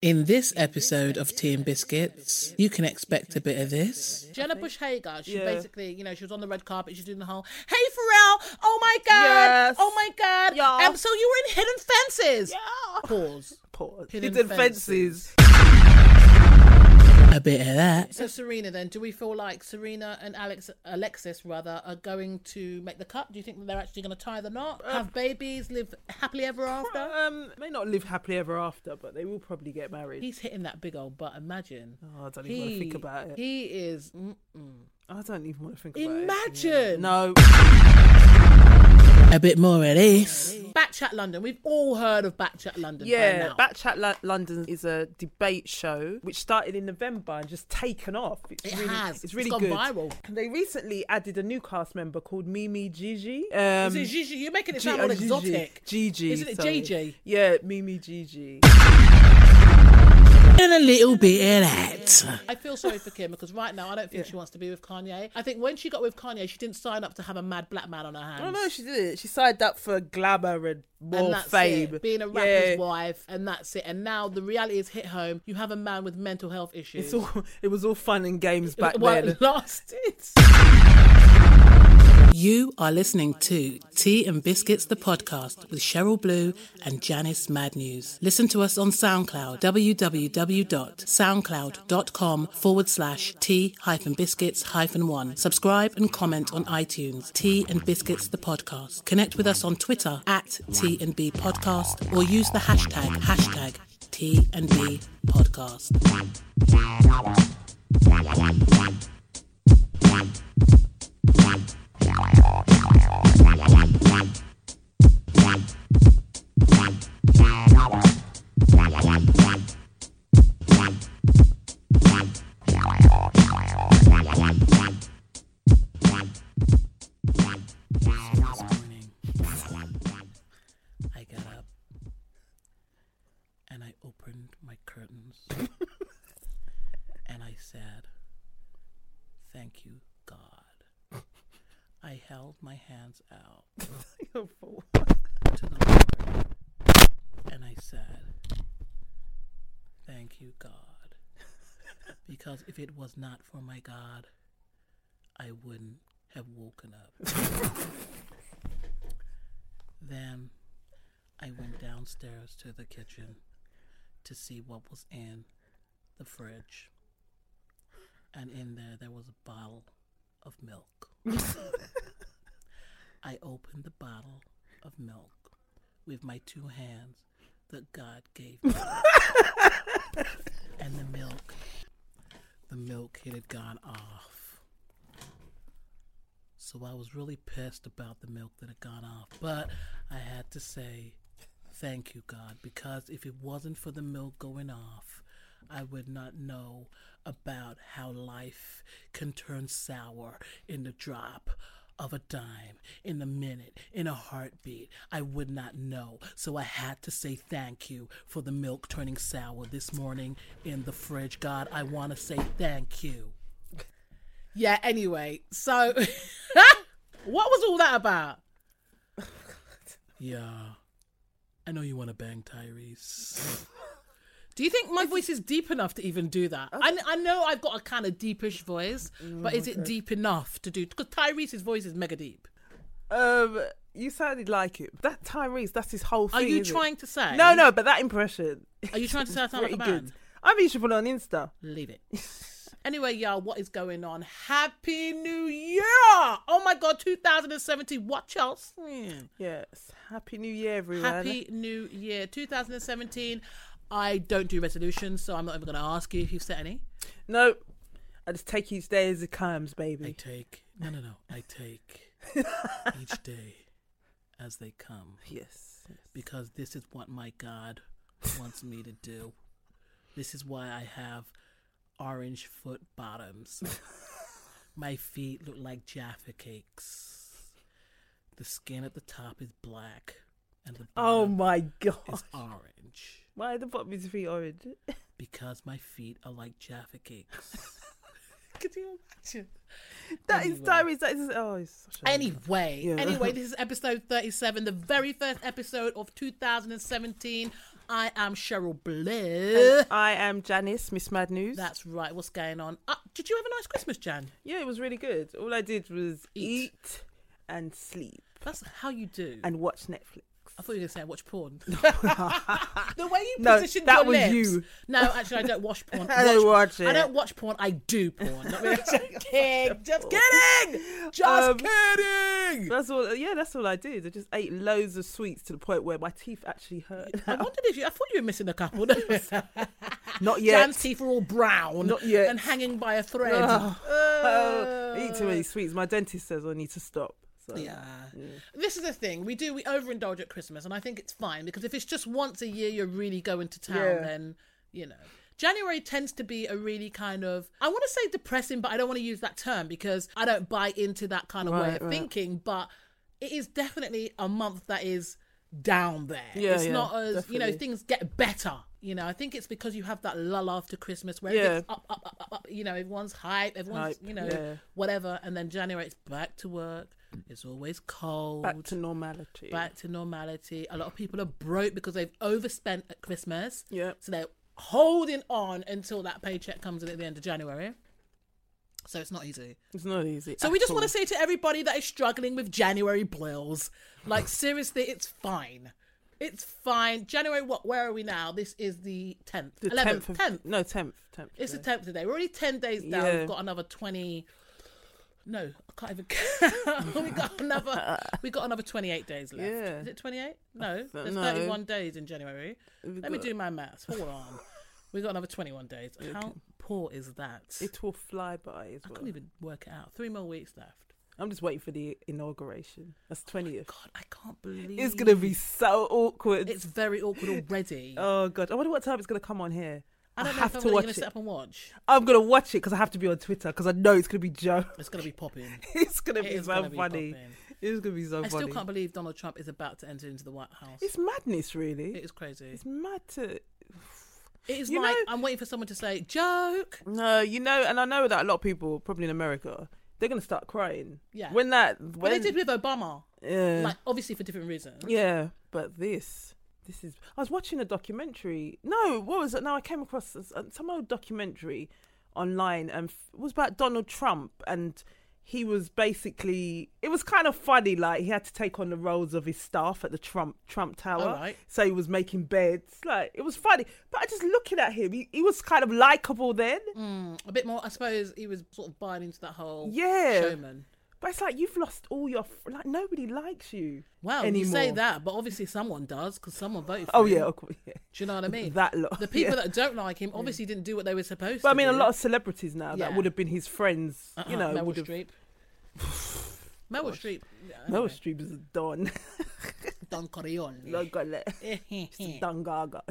In this episode of Tea and Biscuits, you can expect a bit of this. Jenna Bush Hager, she Yeah. basically, you know, she was on the red carpet, she's doing the whole, hey Pharrell, oh my God, Yes. oh my God. Yeah. Um, so you were in Hidden Fences. Pause. Pause. Hidden Hidden, fences. fences. A bit of that. So Serena then, do we feel like Serena and Alex Alexis rather are going to make the cut? Do you think that they're actually going to tie the knot, Uh, have babies, live happily ever after? Um, may not live happily ever after, but they will probably get married. He's hitting that big old butt. Imagine. Oh, I don't even want to think about it. He is. Mm-mm. I don't even want to think about it. Imagine. No. A bit more of this. Backchat London. We've all heard of Backchat London. by Yeah, now. Backchat Lo- London is a debate show which started in November and just taken off. It's It really, has. It's really gone good. viral. And they recently added a new cast member called Mimi Gigi. Um, So Gigi, you're making it G- sound uh, all Gigi. exotic. Gigi. Isn't it sorry. JJ? Yeah, Mimi Gigi. And a little bit of that. I feel sorry for Kim because right now I don't think she wants to be with Kanye. I think when she got with Kanye, she didn't sign up to have a mad black man on her hands. I don't know. She did it. She signed up for glamour and more and that's fame. it. Being a Yeah. rapper's wife, and that's it. And now the reality is hit home. You have a man with mental health issues. It's all, it was all fun and games back Well, it then. lasted. You are listening to Tea and Biscuits, the podcast with Cheryl Blue and Janice Mad News. Listen to us on SoundCloud, www.soundcloud.com forward slash tea hyphen biscuits hyphen one. Subscribe and comment on iTunes, Tea and Biscuits, the podcast. Connect with us on Twitter at T and B podcast or use the hashtag, hashtag T and B podcast. This morning, I got up and I opened my curtains and I said, Thank you, God. I held my hands out to the Lord and I said, Thank you, God. Because if it was not for my God, I wouldn't have woken up. Then I went downstairs to the kitchen to see what was in the fridge. And in there, there was a bottle of milk. I opened the bottle of milk with my two hands that God gave me. and the milk, the milk, it had gone off. So I was really pissed about the milk that had gone off. But I had to say, thank you, God, because if it wasn't for the milk going off, I would not know about how life can turn sour in the drop of a dime, in a minute, in a heartbeat. I would not know. So I had to say thank you for the milk turning sour this morning in the fridge. God, I want to say thank you. Yeah, anyway, so what was all that about? Yeah. I know you want to bang Tyrese. do you think my voice is deep enough to even do that? I, I know I've got a kind of deepish voice, but is it deep enough to do? Because Tyrese's voice is mega deep. Um, you sounded like it. That Tyrese, that's his whole thing. Are you isn't it? trying to say? No, no, but that impression. Are you trying to say I sound like a Pretty good. man? I mean, you should put it on Insta. Leave it. anyway, y'all, what is going on? Happy New Year! Oh my God, 2017. Watch out. Yes. Happy New Year, everyone. Happy New Year 2017. I don't do resolutions, so I'm not even going to ask you if you've set any. No, I just take each day as it comes, I baby. take, no, no, no. I take each day as they come. Yes. because this is what my God wants me to do. This is why I have orange foot bottoms. my feet look like Jaffa cakes. The skin at the top is black and the Oh bottom my god. is orange Why the bottom is feet orange? because my feet are like Jaffa cakes. Could you imagine? That is Anyway. Tyrese. That is. Oh, it's such a. Anyway, Yeah. anyway, this is episode 37, the very first episode of 2017. I am Cheryl Blair. I am Janice, Miss Mad News. That's right. What's going on? Uh, did you have a nice Christmas, Jan? yeah, it was really good. All I did was Eat. eat, and sleep That's how you do. and watch Netflix. I thought you were going to say I watch porn. the way you No, positioned that your was lips. you. No, actually, I don't watch porn. I don't watch I it. don't watch porn. I do porn. Not really. Just kidding. Just kidding. Just Um, kidding. That's all. Yeah, that's all I did. I just ate loads of sweets to the point where my teeth actually hurt. I wondered if you. I thought you were missing a couple. don't you? Not yet. Jan's teeth are all brown Not yet. and hanging by a thread. Oh. Oh, I eat too many Uh, sweets. My dentist says I need to stop. So. Yeah. Mm. This is the thing. We do, we overindulge at Christmas, and I think it's fine because if it's just once a year you're really going to town, Yeah. then, you know. January tends to be a really kind of, I want to say depressing, but I don't want to use that term because I don't buy into that kind of way Right, of right. thinking. But it is definitely a month that is down there. Yeah, it's yeah, not as, you know, definitely. things get better. You know, I think it's because you have that lull after Christmas where Yeah. it's up, up, up, up, up. You know, everyone's hype, everyone's, Hype, you know, yeah. whatever. And then January, it's back to work. It's always cold. Back to normality. back to normality. A lot of people are broke because they've overspent at Christmas. Yeah. So they're holding on until that paycheck comes in at the end of January. So it's not easy. It's not easy. So we just want to say to everybody that is struggling with January bills, like seriously, it's fine. It's fine. January, what? Where are we now? This is the tenth, the eleventh, tenth. tenth. No, tenth. Tenth. It's the tenth today. We're already ten days down. Yeah. We've got another twenty. No, I can't even. count. we got another. We got another twenty-eight days left. Yeah. Is it twenty-eight? No, there's no. thirty-one days in January. Let me got- do my maths. Hold on. We got another twenty-one days. How poor is that? It will fly by as I well. couldn't even work it out. Three more weeks left. I'm just waiting for the inauguration. That's twentieth. God, I can't believe it's gonna be so awkward. It's very awkward already. Oh god. I wonder what time it's gonna come on here. I don't know have if I'm to really watch gonna it. sit up and watch. I'm gonna watch it because I have to be on Twitter because I know it's gonna be Joe. It's gonna be popping. It's gonna It be is so gonna be funny. popping. it's gonna be so I funny. still can't believe Donald Trump is about to enter into the White House. It's madness, really. It is crazy. it's mad to It is You like know- I'm waiting for someone to say joke. No, you know, and I know that a lot of people, probably in America, they're gonna start crying. Yeah. When that But when they did with Obama, yeah, like obviously for different reasons. yeah, but this this is. I was watching a documentary. No, what was it? No, I came across this, uh, some old documentary online, and f- it was about Donald Trump, and he was basically. It was kind of funny. Like he had to take on the roles of his staff at the Trump Trump Tower. All right. So he was making beds. Like it was funny, but I just looking at him, he, he was kind of likable then. Mm, a bit more, I suppose. He was sort of buying into that whole Yeah. showman. But it's like you've lost all your fr- like nobody likes you. Well, anymore. you say that, but obviously someone does because someone voted. For Oh him. yeah, of course, yeah. Do you know what I mean? That lot. the people yeah. that don't like him obviously didn't do what they were supposed But to. I mean, a do. lot of celebrities now Yeah. that would have been his friends. Uh-uh, You know, Meryl would have. Streep. Meryl Streep. Meryl Streep is a don. Don no, Corleone. got let. Don Gaga.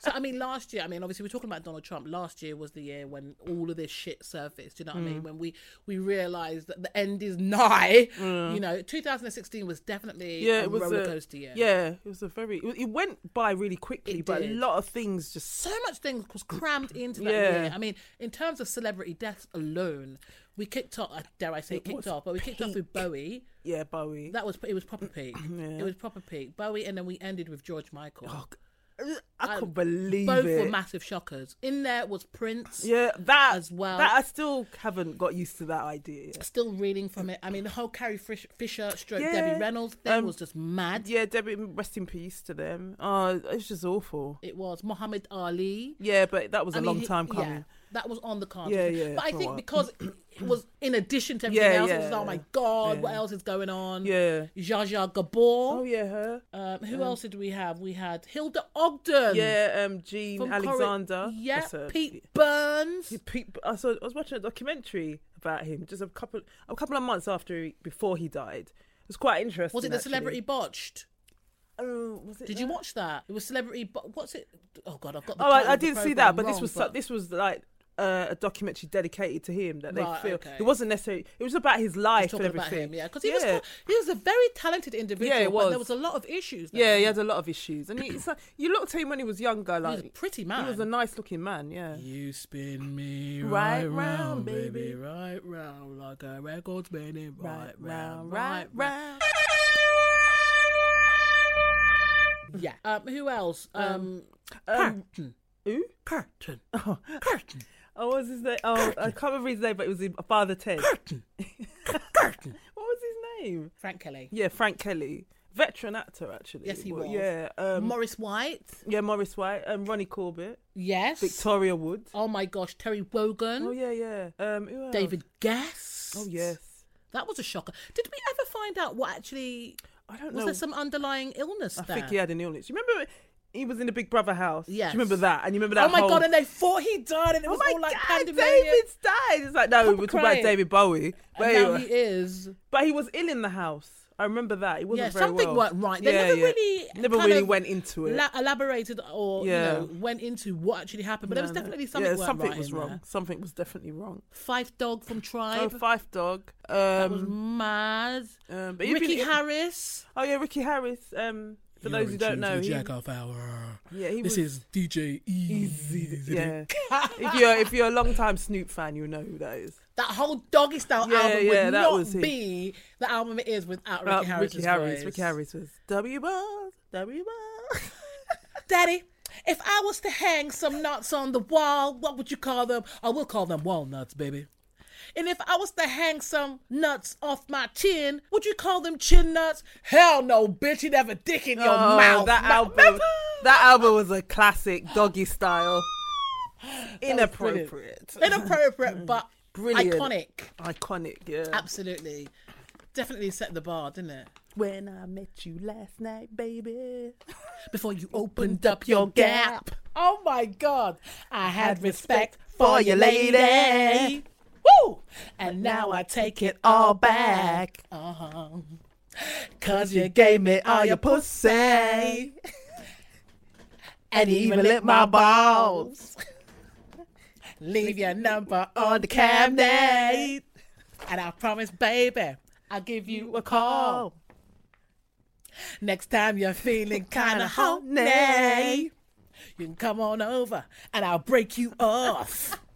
So I mean, last year, I mean, obviously we're talking about Donald Trump. Last year was the year when all of this shit surfaced. You know what Mm. I mean? When we we realized that the end is nigh. You know, 2016 was definitely Mm. Yeah, a it was roller a coaster year. Yeah, it was a very. It it went by really quickly, It but did. a lot of things just. So much things was crammed into that Mm, Yeah. year. I mean, in terms of celebrity deaths alone, we kicked off. I Dare I say, kicked was off? But we kicked off with Bowie. Yeah, Bowie. That was it was proper peak. Yeah. It was proper peak. Bowie, and then we ended with George Michael. Oh, I, couldn't believe Both it. were massive shockers. In there was Prince. yeah, that as well. That I still haven't got used to that idea. yet. still reeling from it. I mean, the whole Carrie Fish- Fisher stroke Yeah. Debbie Reynolds thing Um, was just mad. Yeah, Debbie, rest in peace to them. Oh, it's just awful. It was Muhammad Ali. Yeah, but that was a I mean, long he- time yeah, coming. that was on the card. Yeah, yeah, But I for a think while. because it was in addition to everything Yeah, else, it was yeah. oh my god, what Yeah. else is going on? Yeah. Zsa Zsa Oh Gabor. yeah, her. Um, who else did we have? We had Hilda Ogden. yeah, um, Jean from Cori- Alexander. yeah, That's her. Pete Burns. Yeah, Pete- I saw. I was watching a documentary about him just a couple, a couple of months after, he, before he died. It was quite interesting. Was it the actually. celebrity botched? Oh, was it Did you that? watch that? It was celebrity. Bo- what's it? Oh god, I've got. The Oh, I, title I of the didn't see programme that, but this wrong, was so- this was like. Uh, a documentary dedicated to him that they Right, feel okay. it wasn't necessarily it was about his life and talking everything about him, yeah, because he was was he was a very talented individual. Yeah, he but there was was. a lot of issues. There. yeah he had a lot of issues and he, it's like, you looked at him when he was younger he like was a pretty he man. was a nice looking man yeah You spin me right, Right round, round, baby. baby. right round like a record spinning right, round, right, right. yeah. Um, who else? Um, Um, who? Curtain. Oh, Curtain. oh, what was his name? Oh, I can't remember his name, but it was in Father Ted. Curtain. Curtain. What was his name? Frank Kelly, Yeah, Frank Kelly, veteran actor actually. Yes, he Well, was. Yeah, um, Morris White. yeah, Morris White, um, Ronnie Corbett, Yes. Victoria Wood. Oh my gosh, Terry Wogan, Oh yeah, yeah. Um, who else? David Guest. Oh yes. That was a shocker. Did we ever find out what actually I don't was know. there some underlying illness I there? think he had an illness. You remember he was in the Big Brother house? Yes. Do you remember that? And you remember Oh that? my whole- god! And they thought he died, and it Oh was my all like God, pandemonium. David's died. It's like no, Proper we're talking about crying. David Bowie, but And he, now wa- he is. but he was ill in the house. I remember that. He wasn't Yeah, very something well. weren't right. They Yeah, never yeah. really never kind really of went into it. La- elaborated or Yeah. you know went into what actually happened, but there was No, no. definitely something. Yeah, weren't something right was in wrong. there. Something was definitely wrong. Five Dog from Oh, Tribe. Five Dog. Um, that was mad. um, but he'd Ricky been- Harris. Oh yeah, Ricky Harris. Um, for those who don't know, he, Jack off hour. yeah, he This was. is DJ Easy. Yeah. if you're if you're a long time Snoop fan, you'll know who that is. That whole Doggy Style Yeah, album yeah, would that not was him. be the album it is without Ricky Uh, Harris. Ricky Harris. Ricky Harris was W Bars. W Bars. Daddy, if I was to hang some nuts on the wall, what would you call them? I will call them walnuts, baby. And if I was to hang some nuts off my chin, would you call them chin nuts? Hell no, bitch, you'd have a dick in your Oh, mouth. That Ma- album. remember? That album was a classic doggy style. Inappropriate. Inappropriate. Inappropriate, but Brilliant. iconic. Iconic, yeah. Absolutely. Definitely set the bar, didn't it? When I met you last night, baby. Before you opened up your gap. Oh my God. I had respect for for you, you, lady. lady. Woo! And now I take it all back. Uh-huh. Cause you gave me all your pussy. And you even licked my balls. Leave your number on the cabinet. And I promise, baby, I'll give you a Oh, call. Next time you're feeling kinda horny, you can come on over and I'll break you off.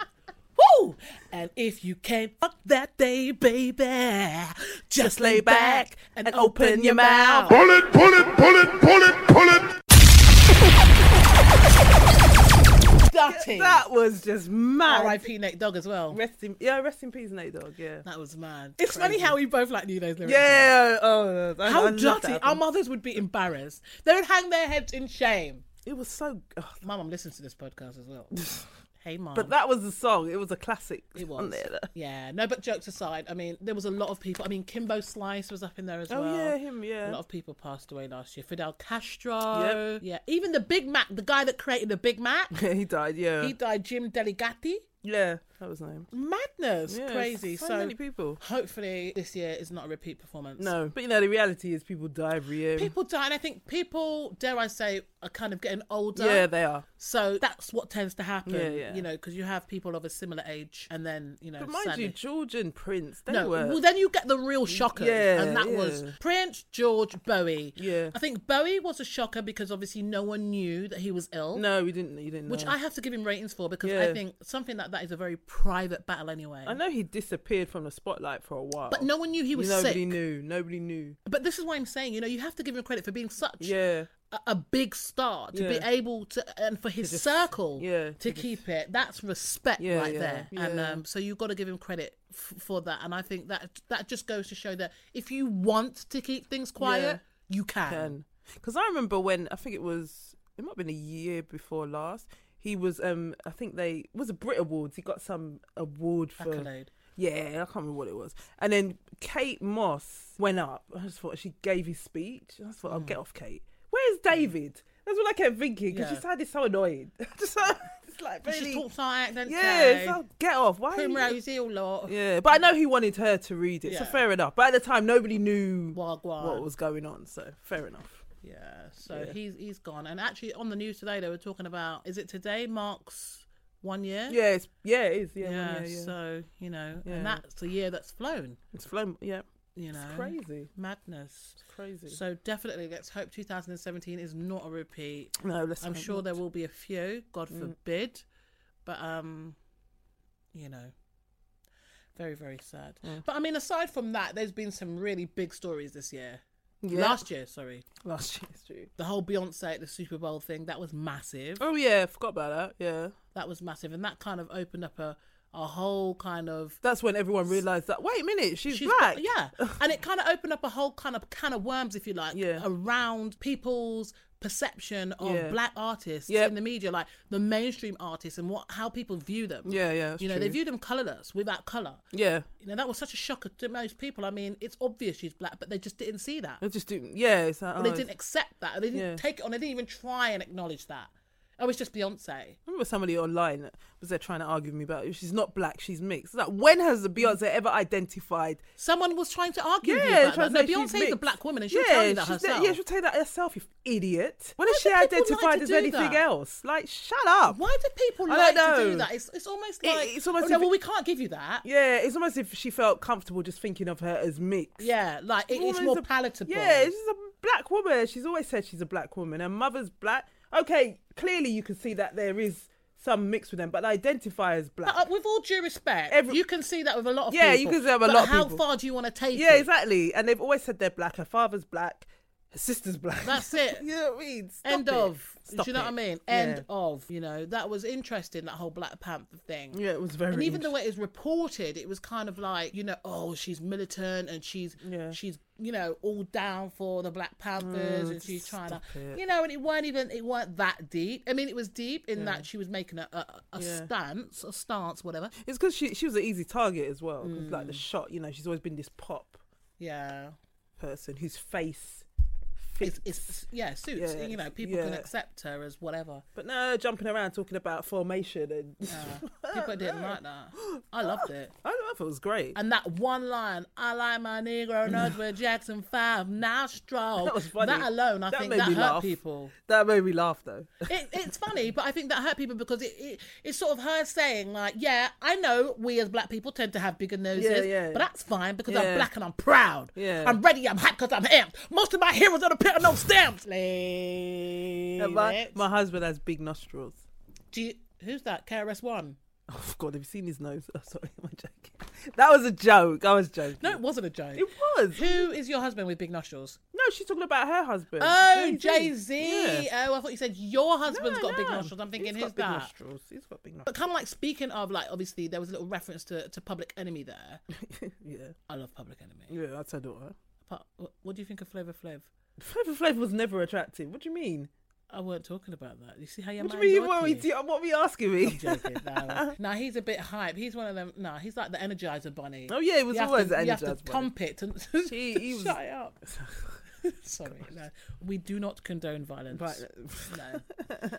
Woo! And if you can't fuck that day, baby, just lay back and open your mouth. Pull it, pull it, pull it, pull it, pull it. Dirty. That was just mad. R.I.P. Nate Dogg as well. Rest in, yeah, rest in peace, Nate Dogg, yeah. That was mad. It's funny how we both like knew those lyrics. Yeah, oh, I, I How love that dirty. Our album. mothers would be embarrassed. They would hang their heads in shame. It was so. oh, My mum listens to this podcast as well. hey, mum. but that was the song. It was a classic. It was. On there. Yeah. No, but jokes aside, I mean, there was a lot of people. I mean, Kimbo Slice was up in there as Oh well. yeah, him, A yeah. lot of people passed away last year. Fidel Castro. Yeah. Even the Big Mac, the guy that created the Big Mac, he died, yeah. he died. Jim Delegati. yeah, that was his name. Madness. Yeah, Crazy. So, So, many people. hopefully this year is not a repeat performance. No, but you know the reality is people die every year. People die, and I think people, dare I say, are kind of getting older. yeah, they are. So that's what tends to happen. Yeah, yeah. You know, because you have people of a similar age, and then you know. But mind sadly- you, George and Prince, they No, were. Mm, well then you get the real shockers, Yeah, and that was yeah. Prince, George, Bowie. Yeah. I think Bowie was a shocker because obviously no one knew that he was ill. no, we didn't. You didn't. Which know. I have to give him ratings for because Yeah. I think something like that is a very private battle anyway. I know he disappeared from the spotlight for a while. But no one knew he was nobody sick. knew. Nobody knew. But this is why I'm saying, you know, you have to give him credit for being such Yeah, a, a big star to be Yeah. able to, and for his just- circle yeah, to, to just- keep it. That's respect Yeah, right yeah, there. And yeah. um, so you've got to give him credit f- for that. And I think that that just goes to show that if you want to keep things quiet, you can. because I remember when I think it was it might have been a year before last. He was um I think they it was a Brit Awards. He got some award for Accolade. yeah I can't remember what it was. And then Kate Moss went up. I just thought she gave his speech. I just thought I'll get off Kate. Where's David? That's what I kept thinking because Mm. Yeah. she sounded so annoyed. just, just like She really talks like that, don't yeah. she? So get off. Why? are you- Primrose Hill lot. Yeah, but I know he wanted her to read it, so Yeah. fair enough. But at the time, nobody knew Wagwan. what was going on, so fair enough. Yeah, so he's he's gone. And actually, on the news today, they were talking about is it today marks one year? Yeah, it's, yeah, it is. Yeah, Yeah, one year, yeah. so you know, Yeah. and that's a year that's flown. it's flown. Yeah, You know, it's crazy. madness. It's crazy. So definitely, let's hope 2017 is not a repeat. no, let's. I'm hope sure not. there will be a few, God forbid, but um, you know, very very sad. But I mean, aside from that, there's been some really big stories this year. Last year, sorry. Last year, it's true. The whole Beyonce at the Super Bowl thing, that was massive. Oh yeah, forgot about that. Yeah, That was massive. And that kind of opened up a, a whole kind of that's when everyone realised that. Wait a minute, she's, She's black. got- yeah. and it kind of opened up a whole kind of can of worms, if you like, Yeah. around people's perception of Yeah. black artists Yep. in the media, like the mainstream artists and what how people view them. yeah, yeah. it's You know, they true. view them colourless, without colour. Yeah, You know, that was such a shocker to most people. I mean, it's obvious she's black, but they just didn't see that. they just do. Yeah, it's like, Or oh, they didn't accept that. Or they didn't Yeah. take it on. They didn't even try and acknowledge that. Oh, it's just Beyonce. I remember somebody online was there trying to argue with me about she's not black, she's mixed. It's like when has Mm. Beyonce ever identified? Someone was trying to argue with you Yeah, about trying that. to No, say she's Beyonce's a mixed. black woman, and she'll tell you that she's- herself. Yeah, she'll tell you that herself, you idiot. When Why has do she people like identified to as do anything that? else? Like, shut up. Why do people I like don't to do know. that? It's, it's almost It- like it's almost oh, no, if it- well, we can't give you that. Yeah, Yeah, it's almost if she felt comfortable just thinking of her as mixed. like it, it's Always more a- palatable. Yeah, she's a black woman. She's always said she's a black woman. Her mother's black. Okay, clearly you can see that there is some mix with them, but identify as black. But, uh, with all due respect, Every- you can see that with a lot of Yeah, you people. can see that with a But lot of how people. far do you want to take Yeah, it? exactly. And they've always said they're black. Her father's black. Her sister's black. That's it. you know what I mean? Stop End it. of. Stop do you know it. what I mean? End Yeah. of. You know that was interesting. That whole Black Panther thing. Yeah, it was very. and even the way it's reported, it was kind of like you know, oh, she's militant and she's Yeah. Mm, she's you know all down for the Black Panthers and she's trying to stop it. you know, and it weren't even it weren't that deep. I mean, it was deep in that she was making a a, a Yeah. stance, a stance, whatever. It's because she she was an easy target as well. 'cause, like the Mm. shot, you know, she's always been this pop Yeah, person whose face fits. it's, it's yeah, it suits. Yeah, You know, people can yeah. accept her as whatever. but no, jumping around talking about formation and Uh, People didn't like that. I loved it. I don't know if it was great. And that one line, I like my Negro nerds with Jackson Five, now strong. That was funny. That alone, I That think made that me hurt laugh. people. that made me laugh though. it, it's funny, but I think that hurt people because it, it it's sort of her saying like, "Yeah, I know we as black people tend to have bigger noses, Yeah, yeah. but that's fine because I'm Yeah. black and I'm proud. Yeah. I'm ready. I'm hyped because I'm amped. Most of my heroes on the pit are no stamps. Leave And my, it. my husband has big nostrils. Do you, who's that? KRS One? Oh God, have you seen his nose? Oh, sorry, am I joking? That was a joke. I was joking. No, it wasn't a joke. it was. Who is your husband with big nostrils? No, she's talking about her husband. Oh, Jay Z. Yeah. Oh, I thought you said your has husband's got big nostrils. I'm thinking he's who's got big that? nostrils. He's got big But kind of like speaking of like obviously there was a little reference to, to Public Enemy there. nostrils. yeah, I love Public Enemy. yeah, that's her daughter. But wh- what do you think of Flavor Flav? Flavor Flav was never attractive. What do you mean? I weren't talking about that. You see how you're What do you mean? What are we, do- what are we asking me? now he's a bit hype. He's one of them. No, he's like the Energizer Bunny. oh yeah, it was you have always to, an you have to energized one. pump it. To, He- he was- Shut it up. Sorry, no, we do not condone violence. Right. No,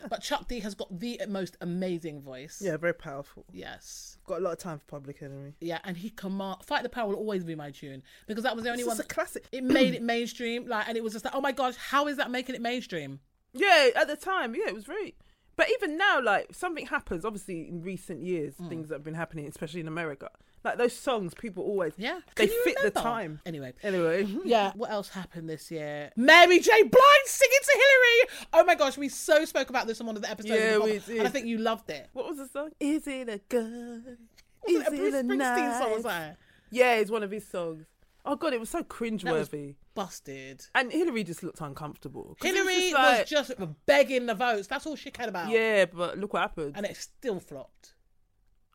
but Chuck D has got the most amazing voice. Yeah, very powerful. Yes. Got a lot of time for Public Enemy. Yeah, and he command. Fight the Power will always be my tune because that was the only It's one. just a That, classic. it made it mainstream, like, and it was just like, oh my gosh, how is that making it mainstream? Yeah, at the time, yeah, it was very. But even now, like something happens. Obviously, in recent years, Mm. things that have been happening, especially in America, like those songs, people always Yeah, they Can you fit the remember? time. Anyway, Anyway, Yeah. What else happened this year? Mary J. Blige singing to Hillary. Oh my gosh, we so spoke about this on one of the episodes. Yeah, of the we podcast, did. And I think you loved it. what was the song? Is it a gun? Was Is it a Bruce it a Springsteen song? knife? Was that? Yeah, it's one of his songs. Oh god, it was so was- cringeworthy. Busted. And Hillary just looked uncomfortable. 'Cause it was Hillary just like- was just begging the votes. That's all she cared about. yeah, but look what happened. And it still flopped.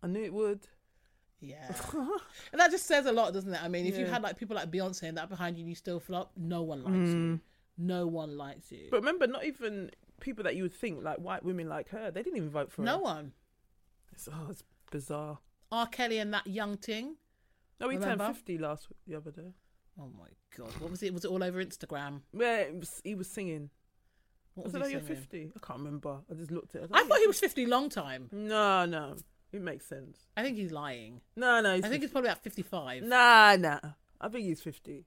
I knew it would. Yeah. and that just says a lot, doesn't it? I mean, if you Yeah. had like people like Beyonce and that behind you and you still flop, no one likes you. No one likes you. Hmm. But remember, not even people that you would think like white women like her. They didn't even vote for no her. one. It's, oh, it's bizarre. R. Kelly and that young ting. No, he turned Remember? fifty last the other day. Oh my god. What was it? Was it all over Instagram? Yeah, it was, he was singing. What Was was I he said, "Oh, you're singing? 50. I can't remember. I just looked at it. I thought he was 50 long time. No, no. It makes sense. I think he's lying. No, no. He's I think he's probably about 55. Nah, nah. I think he's 50.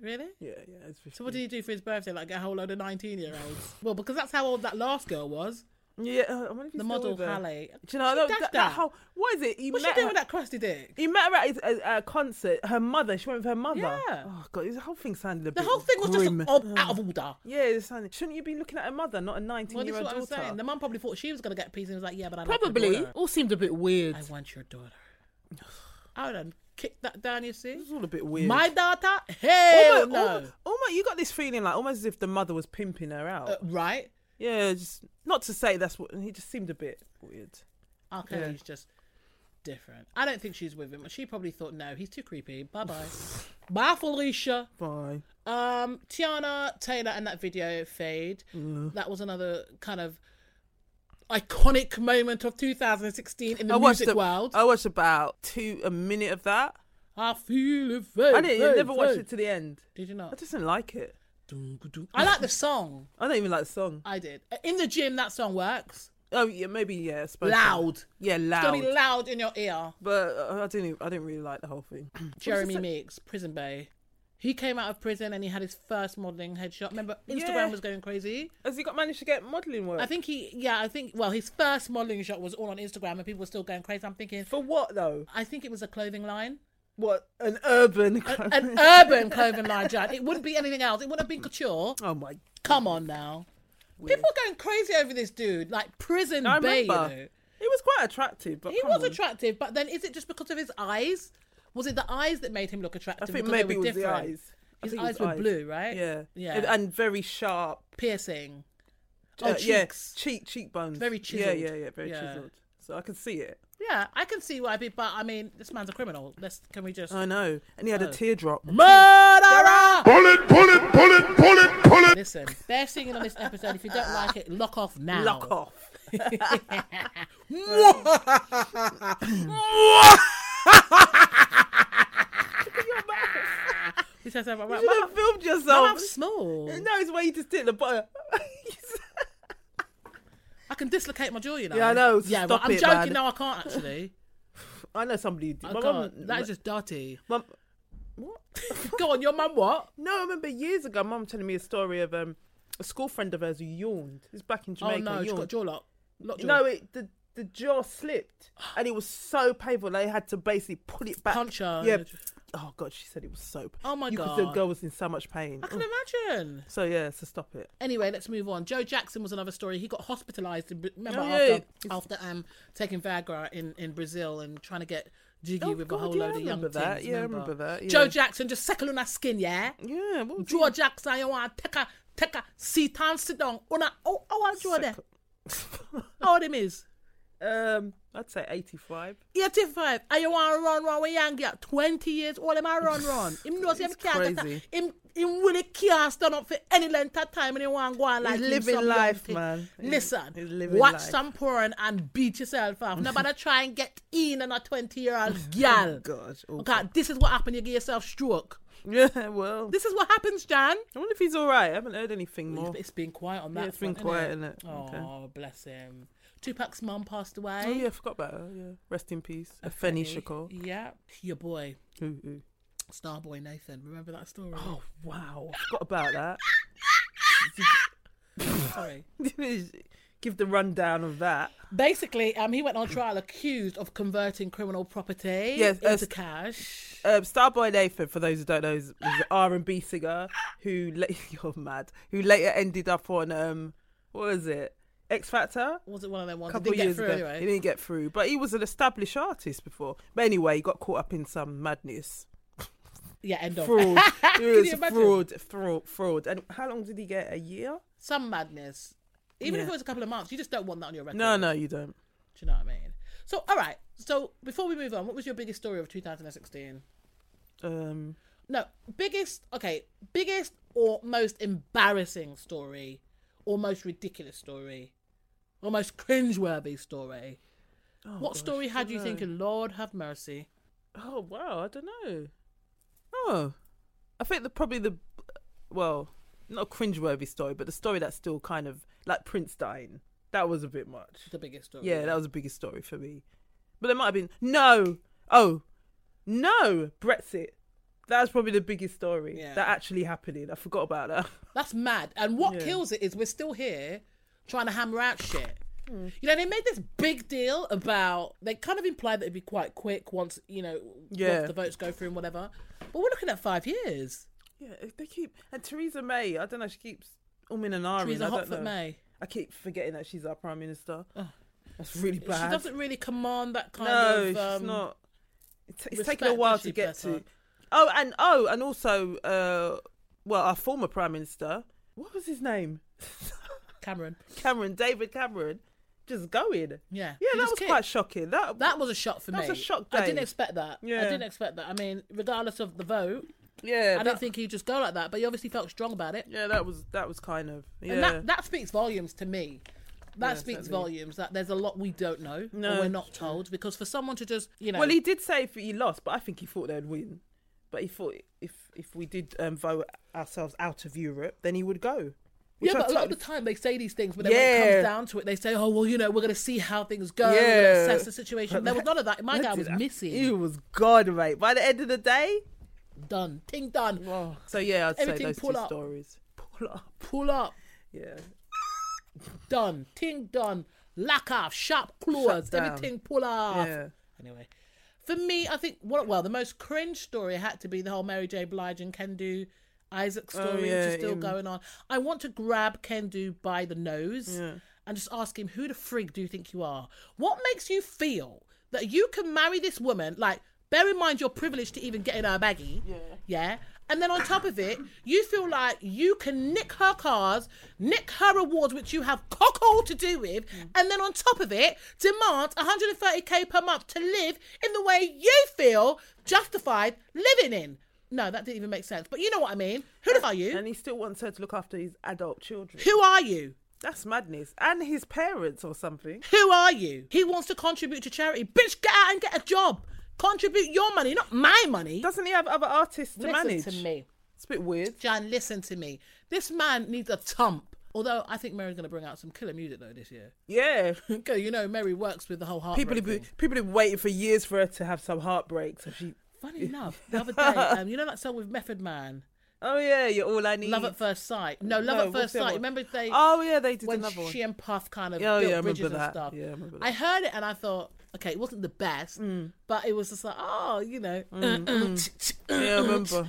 Really? Yeah, yeah, he's 50. So what did he do for his birthday? Like get a whole load of 19 year olds? well, because that's how old that last girl was. Yeah, uh, I wonder if The he's still model with her. Halle. Do you know, She that, dashed that, out. that whole. What is it? He What's she met doing her- with that crusty dick? He met her at his, a, a concert. Her mother. She went with her mother. Yeah. Oh god, the whole thing sounded a The bit. whole thing was grim. just ob- out of order. Yeah, it sounded. Shouldn't you be looking at her mother, not a Well, this is nineteen-year-old what I'm daughter? saying. The mum probably thought she was going to get a piece and was like, yeah, but I like your Probably. daughter. All seemed a bit weird. I want your daughter. I don't kick that down, you see? It's all a bit weird. My daughter? Hell almost, no. almost, you got this feeling like almost as if the mother was pimping her out. Uh, right? yeah, just not to say that's what. He just seemed a bit weird. R. Kelly's just different. I don't think she's with him. She probably thought, no, he's too creepy. Bye bye. bye, Felicia. Fine. Um, Tiana Taylor and that video fade. Mm. That was another kind of iconic moment of 2016 in the music the, world. I watched about two a minute of that. I feel it fade. I didn't fade, never watched fade. it to the end. Did you I not? just didn't like it. I like the song. I don't even like the song. I did. In the gym, that song works. Oh yeah, maybe yeah. I suppose so. Loud. It's Yeah, gonna be loud. loud in your ear. But uh, I didn't. Even, I didn't really like the whole thing. Jeremy Meeks, Prison Bay. He came out of prison and he had his first modeling headshot. Remember, Instagram Yeah. was going crazy. Has he got managed to get modelling work? I think he, yeah, I think, well, his first modeling shot was all on Instagram and people were still going crazy. I'm thinking, for what though? I think it was a clothing line, What an urban. an urban clothing line, Jan. It wouldn't be anything else. It wouldn't have been couture. oh my. Come on now. People are going crazy over this dude, like Prison I Bay. You remember. know? He was quite attractive, but He come was on. attractive, but then is it just because of his eyes? Was it the eyes that made him look attractive? I think because they maybe it were was the different? eyes. I His think it eyes was were blue, right? Yeah, Yeah. and, and very sharp. Piercing. Oh, uh, yeah, cheeks. cheek cheekbones. Very Yeah, chiseled. yeah, yeah, very Yeah. chiseled. So I can see it. Yeah, I can see why people. But I mean, this man's a criminal. Let's can we just I know. And he had a Oh. teardrop. murderer? Bullet, bullet, bullet, bullet, bullet. Listen, they're singing on this episode. If you don't like it, lock off now. Lock off. This has to have a right. You should have filmed My yourself. mouth's small. No, it's where you just did the butter. I can dislocate my jaw, you know. Yeah, I know, so Yeah, stop but I'm it, joking. man. No, I can't actually. I know somebody who did. I My can't. mum- that is just dirty. Mum, what? Go on, your mum what? no, I remember years ago, mum telling me a story of um, a school friend of hers who yawned. It was back in Oh Jamaica. no, she got yawned. jaw lock. Lock jaw. no, it the the jaw slipped, and it was so painful. They had to basically pull it back. Punch her. Yeah. Oh god, she said it was so. Oh, my you could the God. girl was in so much pain. Mm. I can imagine. So yeah, so stop it. Anyway, let's move on. Joe Jackson was another story. He got hospitalised. in Bra- Remember Oh, yeah. after after um taking Viagra in in Brazil and trying to get jiggy Oh, with God, a whole yeah, I load of young remember that. things, Yeah, I remember that, yeah. Mm-hmm. Joe Jackson just second on that skin, yeah. Yeah, what would you- Joe Jackson, you want to take a take a sit down, sit down. Una, oh, how old you are there? How old him is? um, I'd say eighty-five. 85. And you want to run, run with young girl. 20 years old, him a run, run. Him knows him It's can't get crazy. a- Him, him really can't stand up for any length of time and he want to go on like him living some young life, thing. man. He's- Listen, he's living watch life. some porn and beat yourself up. Nobody try and get in on a 20-year-old girl. Gosh, awful. Okay, this is what happened. You get yourself stroke. Yeah, well, This is what happens, Jan. I wonder if he's all right. I haven't heard anything more. It's been quiet on that. Yeah, it's been front, quiet, innit? innit? Okay. Oh, bless him. Tupac's mum passed away. Oh yeah, I forgot about her. Yeah, rest in peace, Fenny Shakur. Yeah, your boy, Ooh, ooh. Starboy Nathan. Remember that story? Oh wow, I forgot about that. Sorry. Give the rundown of that. Basically, um, he went on trial accused of converting criminal property Yes, into as- cash. Um, Starboy Nathan, for those who don't know, is an R and B singer who la- you're mad. Who later ended up on um, what was it? X Factor. Was it one of them ones? couple He didn't get years through ago. He anyway. didn't get through, but he was an established artist before. But anyway, he got caught up in some madness, Yeah, end of. fraud. It you was imagine? fraud, fraud, fraud. And how long did he get? A year? Some madness. Even if Yeah. it was a couple of months, you just don't want that on your record. No, no, you don't. Do you know what I mean? So, all right. So, before we move on, what was your biggest story of 2016? Um, No, biggest. Okay, biggest or most embarrassing story, or most ridiculous story, or most cringeworthy story. what story had you thinking? Lord have mercy. oh wow, I don't know. Oh, I think the probably the well, not a cringeworthy story, but the story that's still kind of like Prince dying. That was a bit much. The biggest story. Yeah, that was the biggest story for me. But there might have been no, oh, no, Brexit. That was probably the biggest story Yeah. that actually happening. I forgot about that. That's mad. And what Yeah. kills it is we're still here trying to hammer out shit. Hmm. You know, they made this big deal about they kind of implied that it'd be quite quick once you know Yeah. once the votes go through and whatever. But we're looking at five years. Yeah, they keep and Theresa May. I don't know. She keeps umming and ahhing. Theresa I don't Hotfoot know. May. I keep forgetting that she's our prime minister. That's really bad. She doesn't really command that kind no, of. she's um, not. It's, it's taken a Respect, while does to she, get bless to. her? Oh, and oh, and also, uh, well, our former prime minister, what was his name? Cameron. Cameron, David Cameron, just going. Yeah. Yeah, he that just was kicked. quite shocking. That, That was a shock for That's me. a shock I didn't day. expect that. I Yeah. didn't expect that. I mean, regardless of the vote, yeah, I that, didn't think he'd just go like that. But he obviously felt strong about it. yeah, that was that was kind of yeah. And that, that speaks volumes to me. That Yeah, speaks certainly. volumes that there's a lot we don't know No, or we're not told because for someone to just you know well, he did say if he lost, but I think he thought they'd win. But he thought if if we did um, vote ourselves out of Europe, then he would go. yeah Which but a I lot of totally- the time they say these things but then when it Yeah. comes down to it they say oh well you know we're going to see how things go we're going Yeah. to assess the situation there was none of that my guy was missing He was gone, mate. By the end of the day, done ting done So yeah, I'd Everything say those pull two up. stories. Pull up. pull up Yeah. done ting done lack off sharp claws down. everything pull off Yeah. anyway for me i think well, well the most cringe story had to be the whole mary j blige and kendu isaac story which is Oh, yeah, still him. going on i want to grab kendu by the nose Yeah. and just ask him who the frig do you think you are what makes you feel that you can marry this woman like bear in mind your privilege to even get in her baggy yeah yeah and then on top of it you feel like you can nick her cars nick her awards which you have cock all to do with and then on top of it demand 130k per month to live in the way you feel justified living in no that didn't even make sense but you know what i mean who the f- are you And he still wants her to look after his adult children. who are you That's madness. And his parents or something. Who are you? He wants to contribute to charity. Bitch, get out and get a job. Contribute your money, not my money. Doesn't he have other artists to listen manage? to me. It's a bit weird. Jan, listen to me. This man needs a thump. Although I think Mary's going to bring out some killer music though this year. Yeah. Okay, you know Mary works with the whole heart. People have been people have been waiting for years for her to have some heartbreak. So she Funny enough, the other day, um, you know that song with Method Man, Oh yeah, you're all I need. Love at First Sight. No, Love No, at what's First the other Sight. one? Remember they? Oh yeah, they did when another one. she and Puff kind of Yeah, oh, built yeah, I bridges and remember that. stuff. Yeah, I remember I heard it and I thought, okay, it wasn't the best, Mm. but it was just like, oh, you know, Yeah, I remember.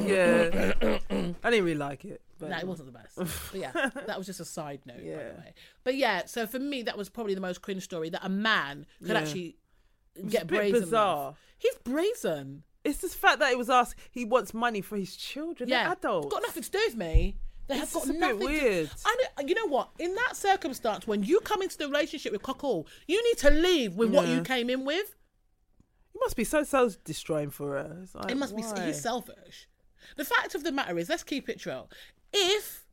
yeah. I didn't really like it. But No, it wasn't the best. But yeah, that was just a side note, by Yeah. the way. But yeah, so for me, that was probably the most cringe story that a man could Yeah. actually get a bit brazen. with. bizarre. He's brazen. It's this fact that it was asked he wants money for his children. yeah, Yeah. Adults. It's got nothing to do with me. They have It's got just a bit nothing. to- weird. I know, you know what? In that circumstance, when you come into the relationship with cockall, you need to leave with what you Yeah. came in with. It must be so so destroying for her. It's like, It must be why? he's selfish. The fact of the matter is, let's keep it real. If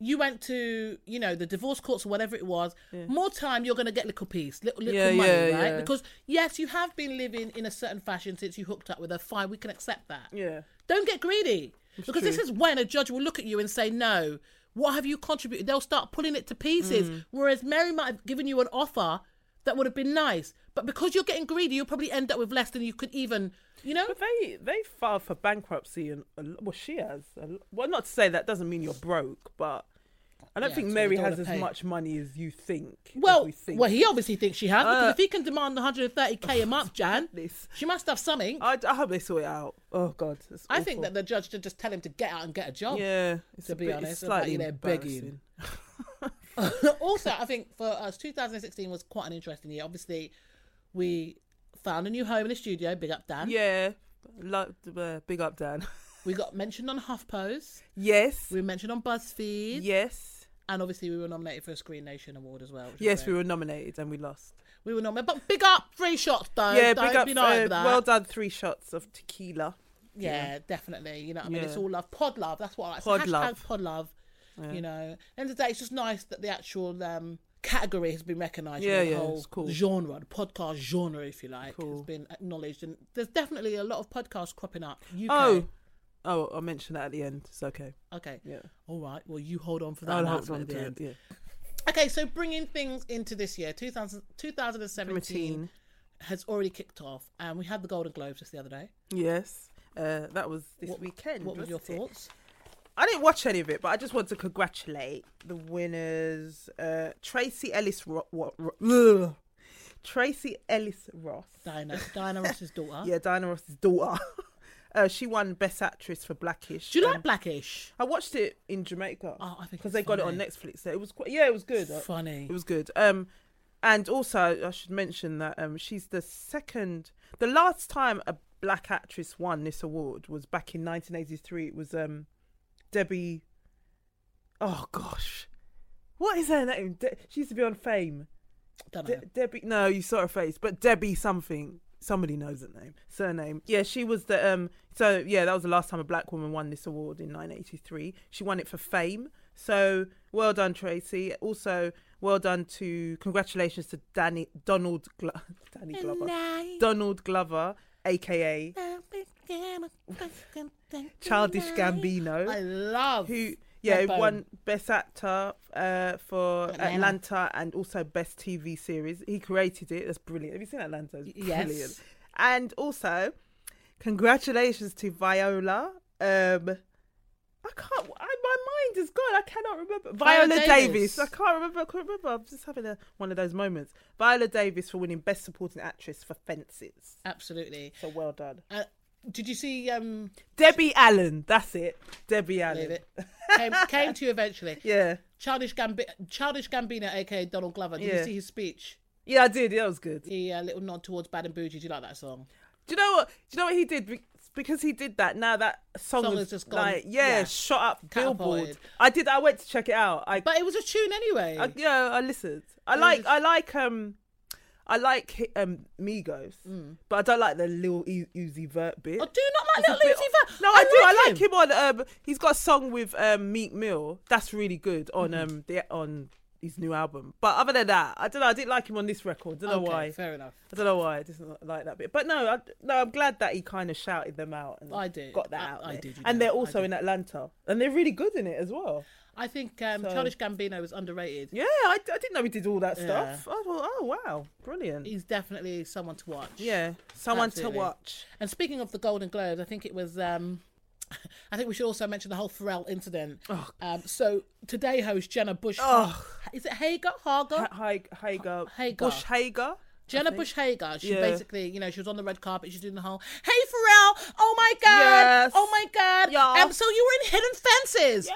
you went to, you know, the divorce courts or whatever it was, more time you're going to get little peace, little, little Yeah, money, yeah, right? yeah. Because yes, you have been living in a certain fashion since you hooked up with her. Fine, we can accept that. Yeah. Don't get greedy because this true. is when a judge will look at you and say, "No, what have you contributed?" They'll start pulling it to pieces. Mm. Whereas Mary might have given you an offer that would have been nice, but because you're getting greedy, you'll probably end up with less than you could even, you know. But they they filed for bankruptcy and a lo- well she has. A lo- well, not to say that doesn't mean you're broke, but I don't Yeah, think so Mary you don't has wanna as pay. much money as you think. as Well, we think. well, he obviously thinks she has because Uh, if he can demand 130k a month, Jan, This. she must have something. I, I hope they sort it out. Oh God, it's I think Oh, awful. that the judge should just tell him to get out and get a job. yeah, it's to a be bit, honest, it's it's like slightly they're begging. embarrassing. also, I think for us, 2016 was quite an interesting year. Obviously, we found a new home in the studio. Big up, Dan. Yeah, like uh, big up Dan. We got mentioned on HuffPost. yes, We were mentioned on BuzzFeed. yes, And obviously, we were nominated for a Screen Nation Award as well. which was yes. great. We were nominated and we lost. We were nominated. But big up, three shots, though. yeah, Don't big up. Be nice uh, with that. well done. Three shots of tequila. yeah, definitely. You know what I mean? Yeah. It's all love. Pod love. That's what I like. Pod Hashtag love. Pod love. You know, end of the day, it's just nice that the actual um, category has been recognised. you Yeah, know, the yeah, whole it's cool. genre, the podcast genre, if you like, Cool. has been acknowledged, and there's definitely a lot of podcasts cropping up. UK. Oh, oh, I'll mention that at the end. It's okay. okay. Yeah. All right. Well, you hold on for that. I'll hold announcement on at the to end. it. Yeah. Okay, so bringing things into this year, 2000, 2017 Routine. has already kicked off, and we had the Golden Globes just the other day. Yes. Uh, that was this weekend. What were your wasn't it? thoughts? I didn't watch any of it, but I just want to congratulate the winners. Uh, Tracy Ellis Ro- Ro- Ro- ugh. Tracy Ellis Ross. Diana, Diana Ross's daughter. Yeah, Diana Ross's daughter. uh, she won Best Actress for Blackish. Do you like Um, Blackish? I watched it in Jamaica Oh, I think because it's they got it on funny. Netflix. So it was quite, yeah, it was good. Funny. It was good. Um, And also, I should mention that um, she's the second, the last time a black actress won this award was back in 1983. It was um, Debbie. Oh gosh, what is her name? De- she used to be on Fame. Don't know. De- Debbie, no, you saw her face, but Debbie something. Somebody knows her name, surname. Yeah, she was the um. So yeah, that was the last time a black woman won this award in 1983. She won it for Fame. So well done, Tracy. Also, well done to congratulations to Danny Donald Glo- Danny Glover, Donald Glover, aka Childish Gambino I love. who yeah Redbone. won best actor uh, for Atlanta. Atlanta. and also best TV series. He created it. That's brilliant. Have you seen Atlanta? It's Yes. Brilliant. And also, congratulations to Viola. Um, I can't. I, my mind is gone. I cannot remember. Viola, Viola Davis. Davis. I can't remember. I can't remember. I'm just having a, one of those moments. Viola Davis for winning best supporting actress for Fences. Absolutely. So well done, Uh, did you see? Um, Debbie Allen. That's it. Debbie leave Allen. it. Came, came to you eventually. Yeah. Childish Gambi- Childish Gambino, aka Donald Glover. Did Yeah. you see his speech? Yeah, I did. Yeah, that was good. The uh, little nod towards Bad and Bougie. Do you like that song? Do you know what? Do you know what he did? Be- Because he did that. Now that song, Song was has just gone- like, yeah, yeah. shot up Billboard. Catapulted. I did. I went to check it out. I, But it was a tune anyway. I yeah, I listened. I like. I like. Um, I like hi- um Migos, Mm. but I don't like the Lil U- Uzi Vert bit. I do Oh, not like It's a Little bit- Uzi Vert. No, I, do. I like him, on. Um, he's got a song with um Meek Mill. That's really good on Mm-hmm. um the on his new album. But other than that, I don't know. I didn't like him on this record. don't know Okay, why. Fair enough. I don't know why I just not like that bit, but no, I, no, I'm glad that he kind of shouted them out and I did. got that I- out. I there. did, you and did. they're I also did. in Atlanta, and they're really good in it as well. I think um, So- Childish Gambino is underrated. Yeah, I, I didn't know he did all that Yeah. stuff. I thought, oh wow, brilliant. He's definitely someone to watch. yeah, someone Absolutely. to watch. And speaking of the Golden Globes, I think it was. Um, I think we should also mention the whole Pharrell incident. Um, so today host Jenna Bush. Oh. Is it Hager? Hager? Ha- Haig- Hager, Hagar. Bush Hager. Jenna Bush Hager. She Yeah. basically, you know, she was on the red carpet. She's doing the whole, "Hey Pharrell, oh my god, Yes. oh my god." Yeah. Um, so you were in Hidden Fences.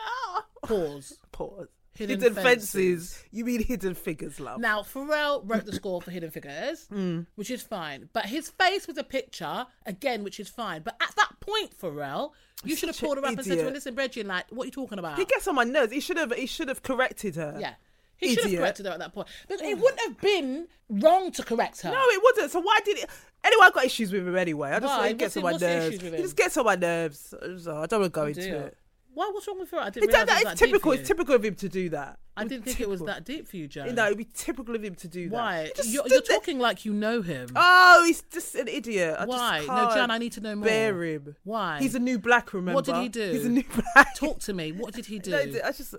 Pause. Ah, Pause. Hidden Hidden, Fences. fences. You mean hidden figures, love? Now Pharrell wrote the score for Hidden Figures, Hmm. which is fine, but his face was a picture again, which is fine. But at that point, Pharrell, you should have such an pulled her up and said to her, idiot. "Listen, Reggie, like, what are you talking about?" he gets on my nerves. He should have. He should have corrected her. Yeah. He should have Idiot. corrected her at that point. But it wouldn't have been wrong to correct her. No, it wasn't. So why did it? Anyway, I've got issues with him anyway. I just Why? he What's gets on he- my what's the nerves. issues with He him? Oh, just gets on my nerves. I just- I don't want to go into Dear. it. Why? What's wrong with her? I He didn't realize done it that. was It's that deep typical. for It's you. typical of him to do that. I didn't think it was Typical. that deep for you, Joe. No, it'd be typical of him to do that. Why? He just You're, stood you're there- talking like you know him. Oh, he's just an idiot. I Why? Just No, can't Jan, I need to know more. Bear him. Why? He's a new black. Remember? did he do? He's a new black. Talk to me. What did he do? No, I just.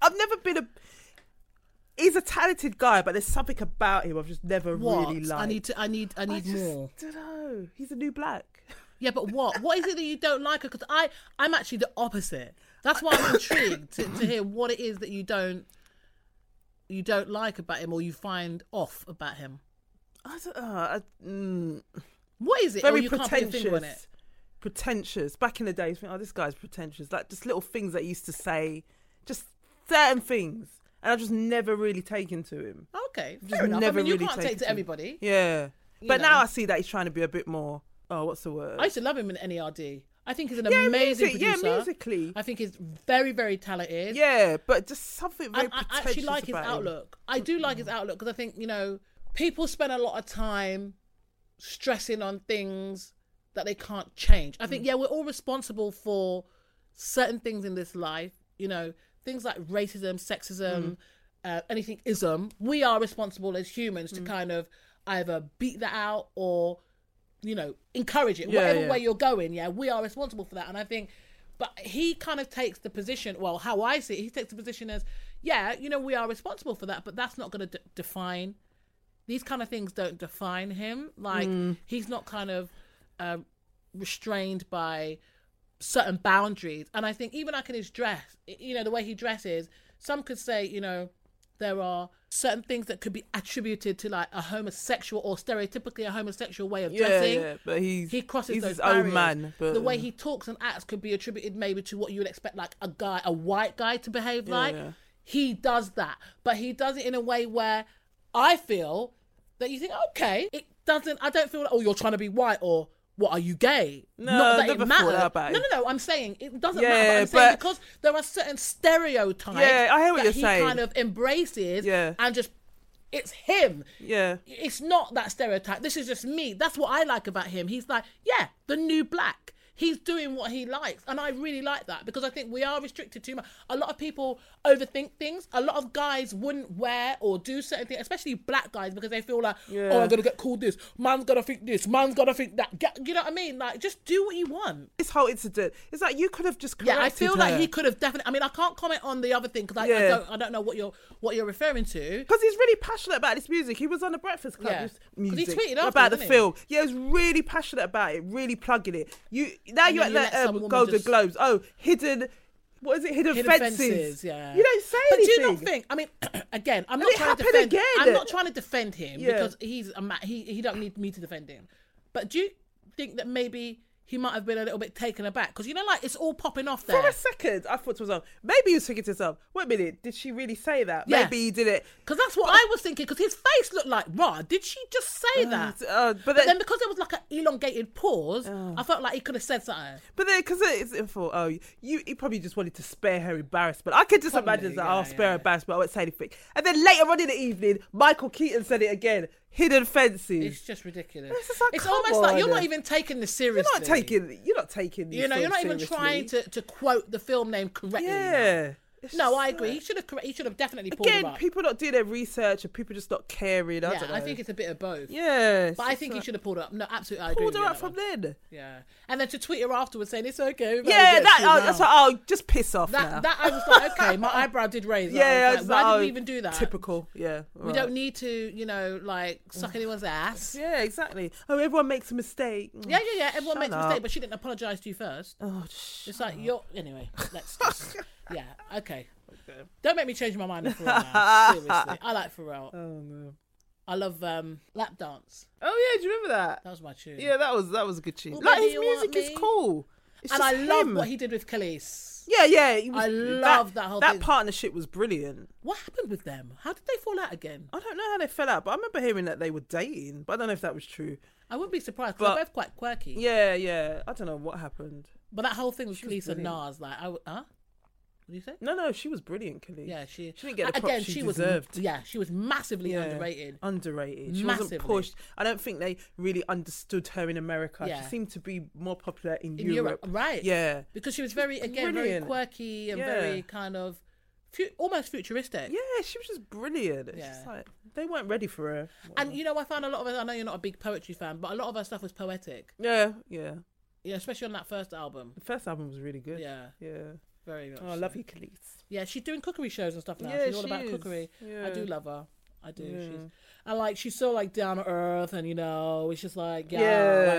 I've never been a. He's a talented guy, but there's something about him I've just never what? really liked. I need to. I need. I need more. don't know. He's a new black. Yeah, but what? What is it that you don't like? Because I, I'm actually the opposite. That's why I'm intrigued to, to hear what it is that you don't, you don't like about him, or you find off about him. I don't know. I, mm, What is it? or very you can't put your pretentious. finger on it. Pretentious. Back in the days, think, oh, this guy's pretentious. Like just little things that he used to say, just certain things, and I've just never really taken to him. Okay, Just fair enough. never I mean, you really can't taken take to him. everybody. Yeah, but know. now I see that he's trying to be a bit more. Oh, what's the word? I used to love him in NERD. I think he's an yeah, amazing music, producer. yeah, musically. I think he's very, very talented. yeah, but just something very and I pretentious actually like his about him. outlook. I do like his outlook because I think you know people spend a lot of time stressing on things that they can't change. I Mm. think yeah, we're all responsible for certain things in this life. You know, things like racism, sexism, Mm. uh, anything ism. We are responsible as humans Mm. to kind of either beat that out or you know encourage it Yeah, whatever yeah. way you're going yeah we are responsible for that and i think but he kind of takes the position well how i see it he takes the position as yeah you know we are responsible for that but that's not going to d- define these kind of things don't define him like Mm. he's not kind of um, restrained by certain boundaries and i think even like in his dress you know the way he dresses some could say you know there are certain things that could be attributed to like a homosexual or stereotypically a homosexual way of Yeah, dressing yeah, but he's he crosses he's those his barriers. own man. But the way he talks and acts could be attributed maybe to what you would expect like a guy a white guy to behave like yeah. he does that but he does it in a way where I feel that you think, okay, it doesn't. I don't feel like, oh, you're trying to be white or. What are you gay? No, never thought about it. No, no, no. I'm saying it doesn't matter. But Yeah, I'm saying but- because there are certain stereotypes. Yeah, I hear what that you're he saying. Kind of embraces. Yeah. And just, it's him Yeah. it's not that stereotype. This is just me. That's what I like about him. He's like, yeah, the new black. He's doing what he likes. And I really like that because I think we are restricted too much. A lot of people overthink things. A lot of guys wouldn't wear or do certain things, especially black guys, because they feel like, Yeah. oh, I'm going to get called this. Man's going to think this. Man's going to think that. Get- You know what I mean? Like, just do what you want. This whole incident. It's like you could have just corrected Yeah, I feel her. like he could have definitely. I mean, I can't comment on the other thing because I, I, Yeah. don't, I don't know what you're what you're referring to. Because he's really passionate about this music. He was on the Breakfast Club Yeah. yeah. 'Cause he music tweeted about afterwards, the didn't he? film. Yeah, he was really passionate about it, really plugging it. You now you're then you at let the some um, woman Golden just- Globes. Oh, hidden. What is it? Hidden, Hidden fences. yeah. You don't say but anything. do you not think? I mean, again, I'm it not trying to happened defend. again. I'm not trying to defend him Yeah. because he's a ma- he he don't need me to defend him. But do you think that maybe he might have been a little bit taken aback because you know, like it's all popping off there. For a second, I thought to myself, maybe he was thinking to himself, wait a minute, did she really say that? Yeah. Maybe he did it. Because that's what I was thinking. Because his face looked like, "Rah, did she just say that?" uh, but but, then- then, because there was like an elongated pause, Oh. I felt like he could have said something. But then, because it's info, oh, you he probably just wanted to spare her embarrassment. I could just imagine that, yeah, I'll spare yeah. embarrassment, I won't say anything. And then later on in the evening, Michael Keaton said it again hidden fences. It's just ridiculous. It's just like, It's come almost like you're on. not even taking this seriously. You're not taking, you're not taking these You know, you're not films even seriously. trying to, to quote the film name correctly. now. Yeah. It's No, just I agree. He like- should have. correct- He should have definitely pulled him Again, up. people not doing their research and people just not caring. I yeah, don't know. I think it's a bit of both. yeah, but I think he should have pulled her up. No, absolutely, I agree. pulled with her you on up that from one. then. Yeah, and then to tweet her afterwards saying it's okay. everybody Yeah, gets that, you oh, now. that's what I'll just piss off now. That, that I was like, okay, my eyebrow did raise. yeah, I I was was like, why like, did we oh, even do that? Typical. Yeah, We don't need to, you know, like suck anyone's ass. Yeah, Yeah, exactly. Oh, everyone makes a mistake. Mm. yeah, yeah. Everyone Shut makes a mistake, up. but she didn't apologize to you first. Oh, sh- It's like you're anyway. Let's just yeah. Okay. Don't make me change my mind on Pharrell. now. Seriously, I like Pharrell. oh no. I love um, lap dance. Oh yeah, do you remember that? That was my tune. Yeah, that was that was a good tune. Ooh, like baby, his you want music is me? cool. It's and just I love him. what he did with Khalees. Yeah, yeah. he was- I love that whole That thing. partnership was brilliant. What happened with them? How did they fall out again? I don't know how they fell out, but I remember hearing that they were dating, but I don't know if that was true. I wouldn't be surprised because they're But- both quite quirky. Yeah, yeah. I don't know what happened. But that whole thing with was Khalees and brilliant. Nas, like, I w- huh? What did you say? No, no, she was brilliant, Kelly. Yeah, she. She didn't get the Uh, props again. she, she deserved. was. Yeah, she was massively Yeah, underrated. Underrated. She Massively. wasn't pushed. I don't think they really understood her in America. Yeah. She seemed to be more popular in, In Europe, right? Yeah. because she was very again very brilliant. quirky and Yeah. very kind of fu- almost futuristic. Yeah, she was just brilliant. It's Yeah. just like they weren't ready for her. And you know, I found a lot of her. I know you're not a big poetry fan, but a lot of her stuff was poetic. yeah, yeah. Yeah, especially on that first album. The first album was really good. Yeah, Yeah. very much. Oh, I so. love you, Khalees. Yeah, she's doing cookery shows and stuff now. Yeah, she's all she about is. cookery. I Yeah. do love her. I do. Yeah. She's and like she's so like down to earth, and you know, it's just like yeah,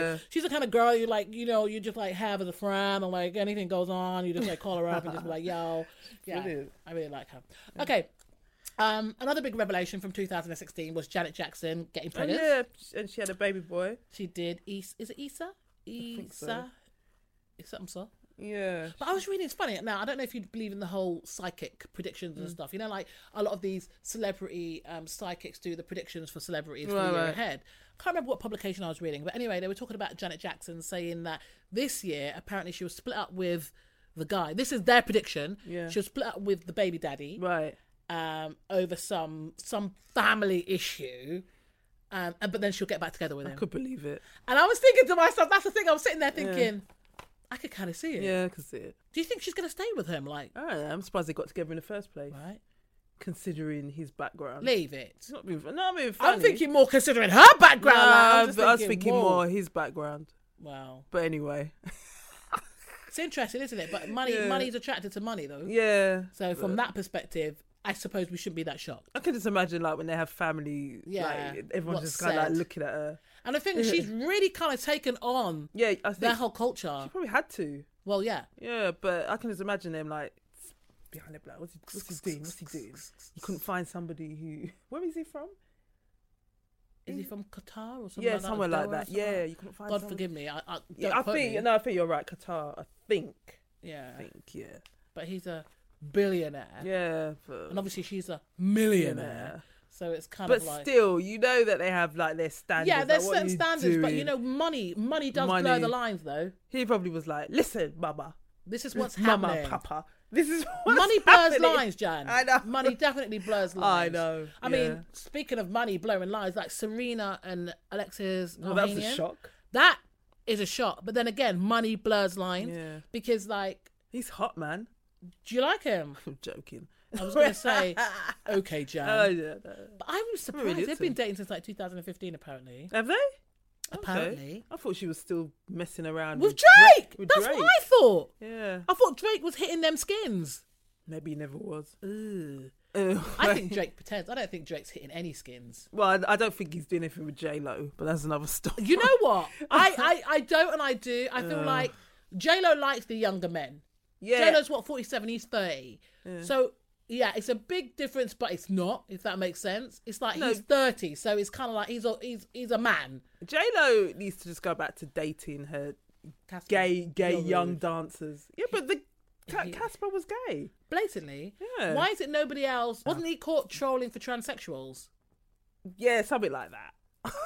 Yeah. like, she's the kind of girl you like, you know, you just like have as a friend, and like anything goes on, you just like call her up and just be like, yo, yeah, Brilliant. I really like her. Okay. Um, another big revelation from 2016 was Janet Jackson getting And pregnant. Oh, yeah, and she had a baby boy. She did. Is, is it Issa? think so. Issa. It's something so. Yeah. But I was reading, it's funny. Now, I don't know if you believe in the whole psychic predictions Mm. and stuff. You know, like a lot of these celebrity um, psychics do the predictions for celebrities for the Right, year right. ahead. can't remember what publication I was reading. But anyway, they were talking about Janet Jackson saying that this year, apparently, she was split up with the guy. This is their prediction. Yeah. She was split up with the baby daddy Right. um, over some some family issue. Um, and- but then she'll get back together with I him. could believe it. And I was thinking to myself, that's the thing. I was sitting there thinking, I could kind of see it. Yeah, because it. Do you think she's going to stay with him? Like, I don't know, I'm surprised they got together in the first place, right? considering his background. Leave it. It's not been. No, I mean, I'm funny. thinking more considering her Nah, background. like, I'm but just I was thinking whoa. more his background. Wow, But anyway, it's interesting, isn't it? But money, Yeah. money's attracted to money, though. yeah. So from that perspective, I suppose we shouldn't be that shocked. I can just imagine like when they have family, Yeah, like everyone's what's just kind of like said. looking at her. And I think she's really kind of taken on Yeah, I think their whole culture. she probably had to. Well, yeah. Yeah, but I can just imagine them like behind the black. What's he, what's he doing? What's he doing? You couldn't find somebody who. Where is he from? Is he from Qatar or something? yeah, like somewhere that? Doha, like that. something like Yeah, you couldn't find. God somebody- forgive me. I, I, don't Yeah, I quote think me. no, I think you're right. Qatar. I think. Yeah, I think. Yeah. but he's a billionaire, Yeah. But and obviously she's a millionaire. Yeah. So it's kind But of like still, you know that they have like their standards. yeah, there's like, what certain you standards, but you doing? know, money money does blur Money. the lines though. he probably was like, "Listen, Mama, This is what's Mama, happening. Papa, this is what's money blurs happening." lines, Jan. I know. Money definitely blurs lines. know, I yeah. mean, speaking of money blurring lines, like Serena and Alexis. Well, that's Oh, a Ohanian, shock. That is a shock. But then again, money blurs lines Yeah. because, like, He's hot, man. do you like him? I'm joking. I was going to say, okay, Oh, Jan. yeah, no. But I was surprised. did They've been too. dating since like 2015, apparently. Have they? Apparently. I thought she was still messing around With Oh. Dra- Drake! with That's Drake. what I thought. Yeah, I thought Drake was hitting them skins. maybe he never was. Ugh. Ugh. I think Drake pretends. I don't think Drake's hitting any skins. Well, I, I don't think he's doing anything with J Lo, but that's another story. You know what? I, I, I don't and I do. I feel like J Lo likes the younger men. yeah, J Lo's what forty seven, he's thirty. So yeah, it's a big difference, but it's not. If that makes sense, it's like he's thirty, so it's kind of like he's a he's he's a man. J Lo needs to just go back to dating her Casper. gay, gay You're young rude. dancers. Yeah, but the Ca- he- Casper was gay. blatantly. Yeah. Why is it nobody else? Wasn't he caught trolling for transsexuals? Yeah, something like that.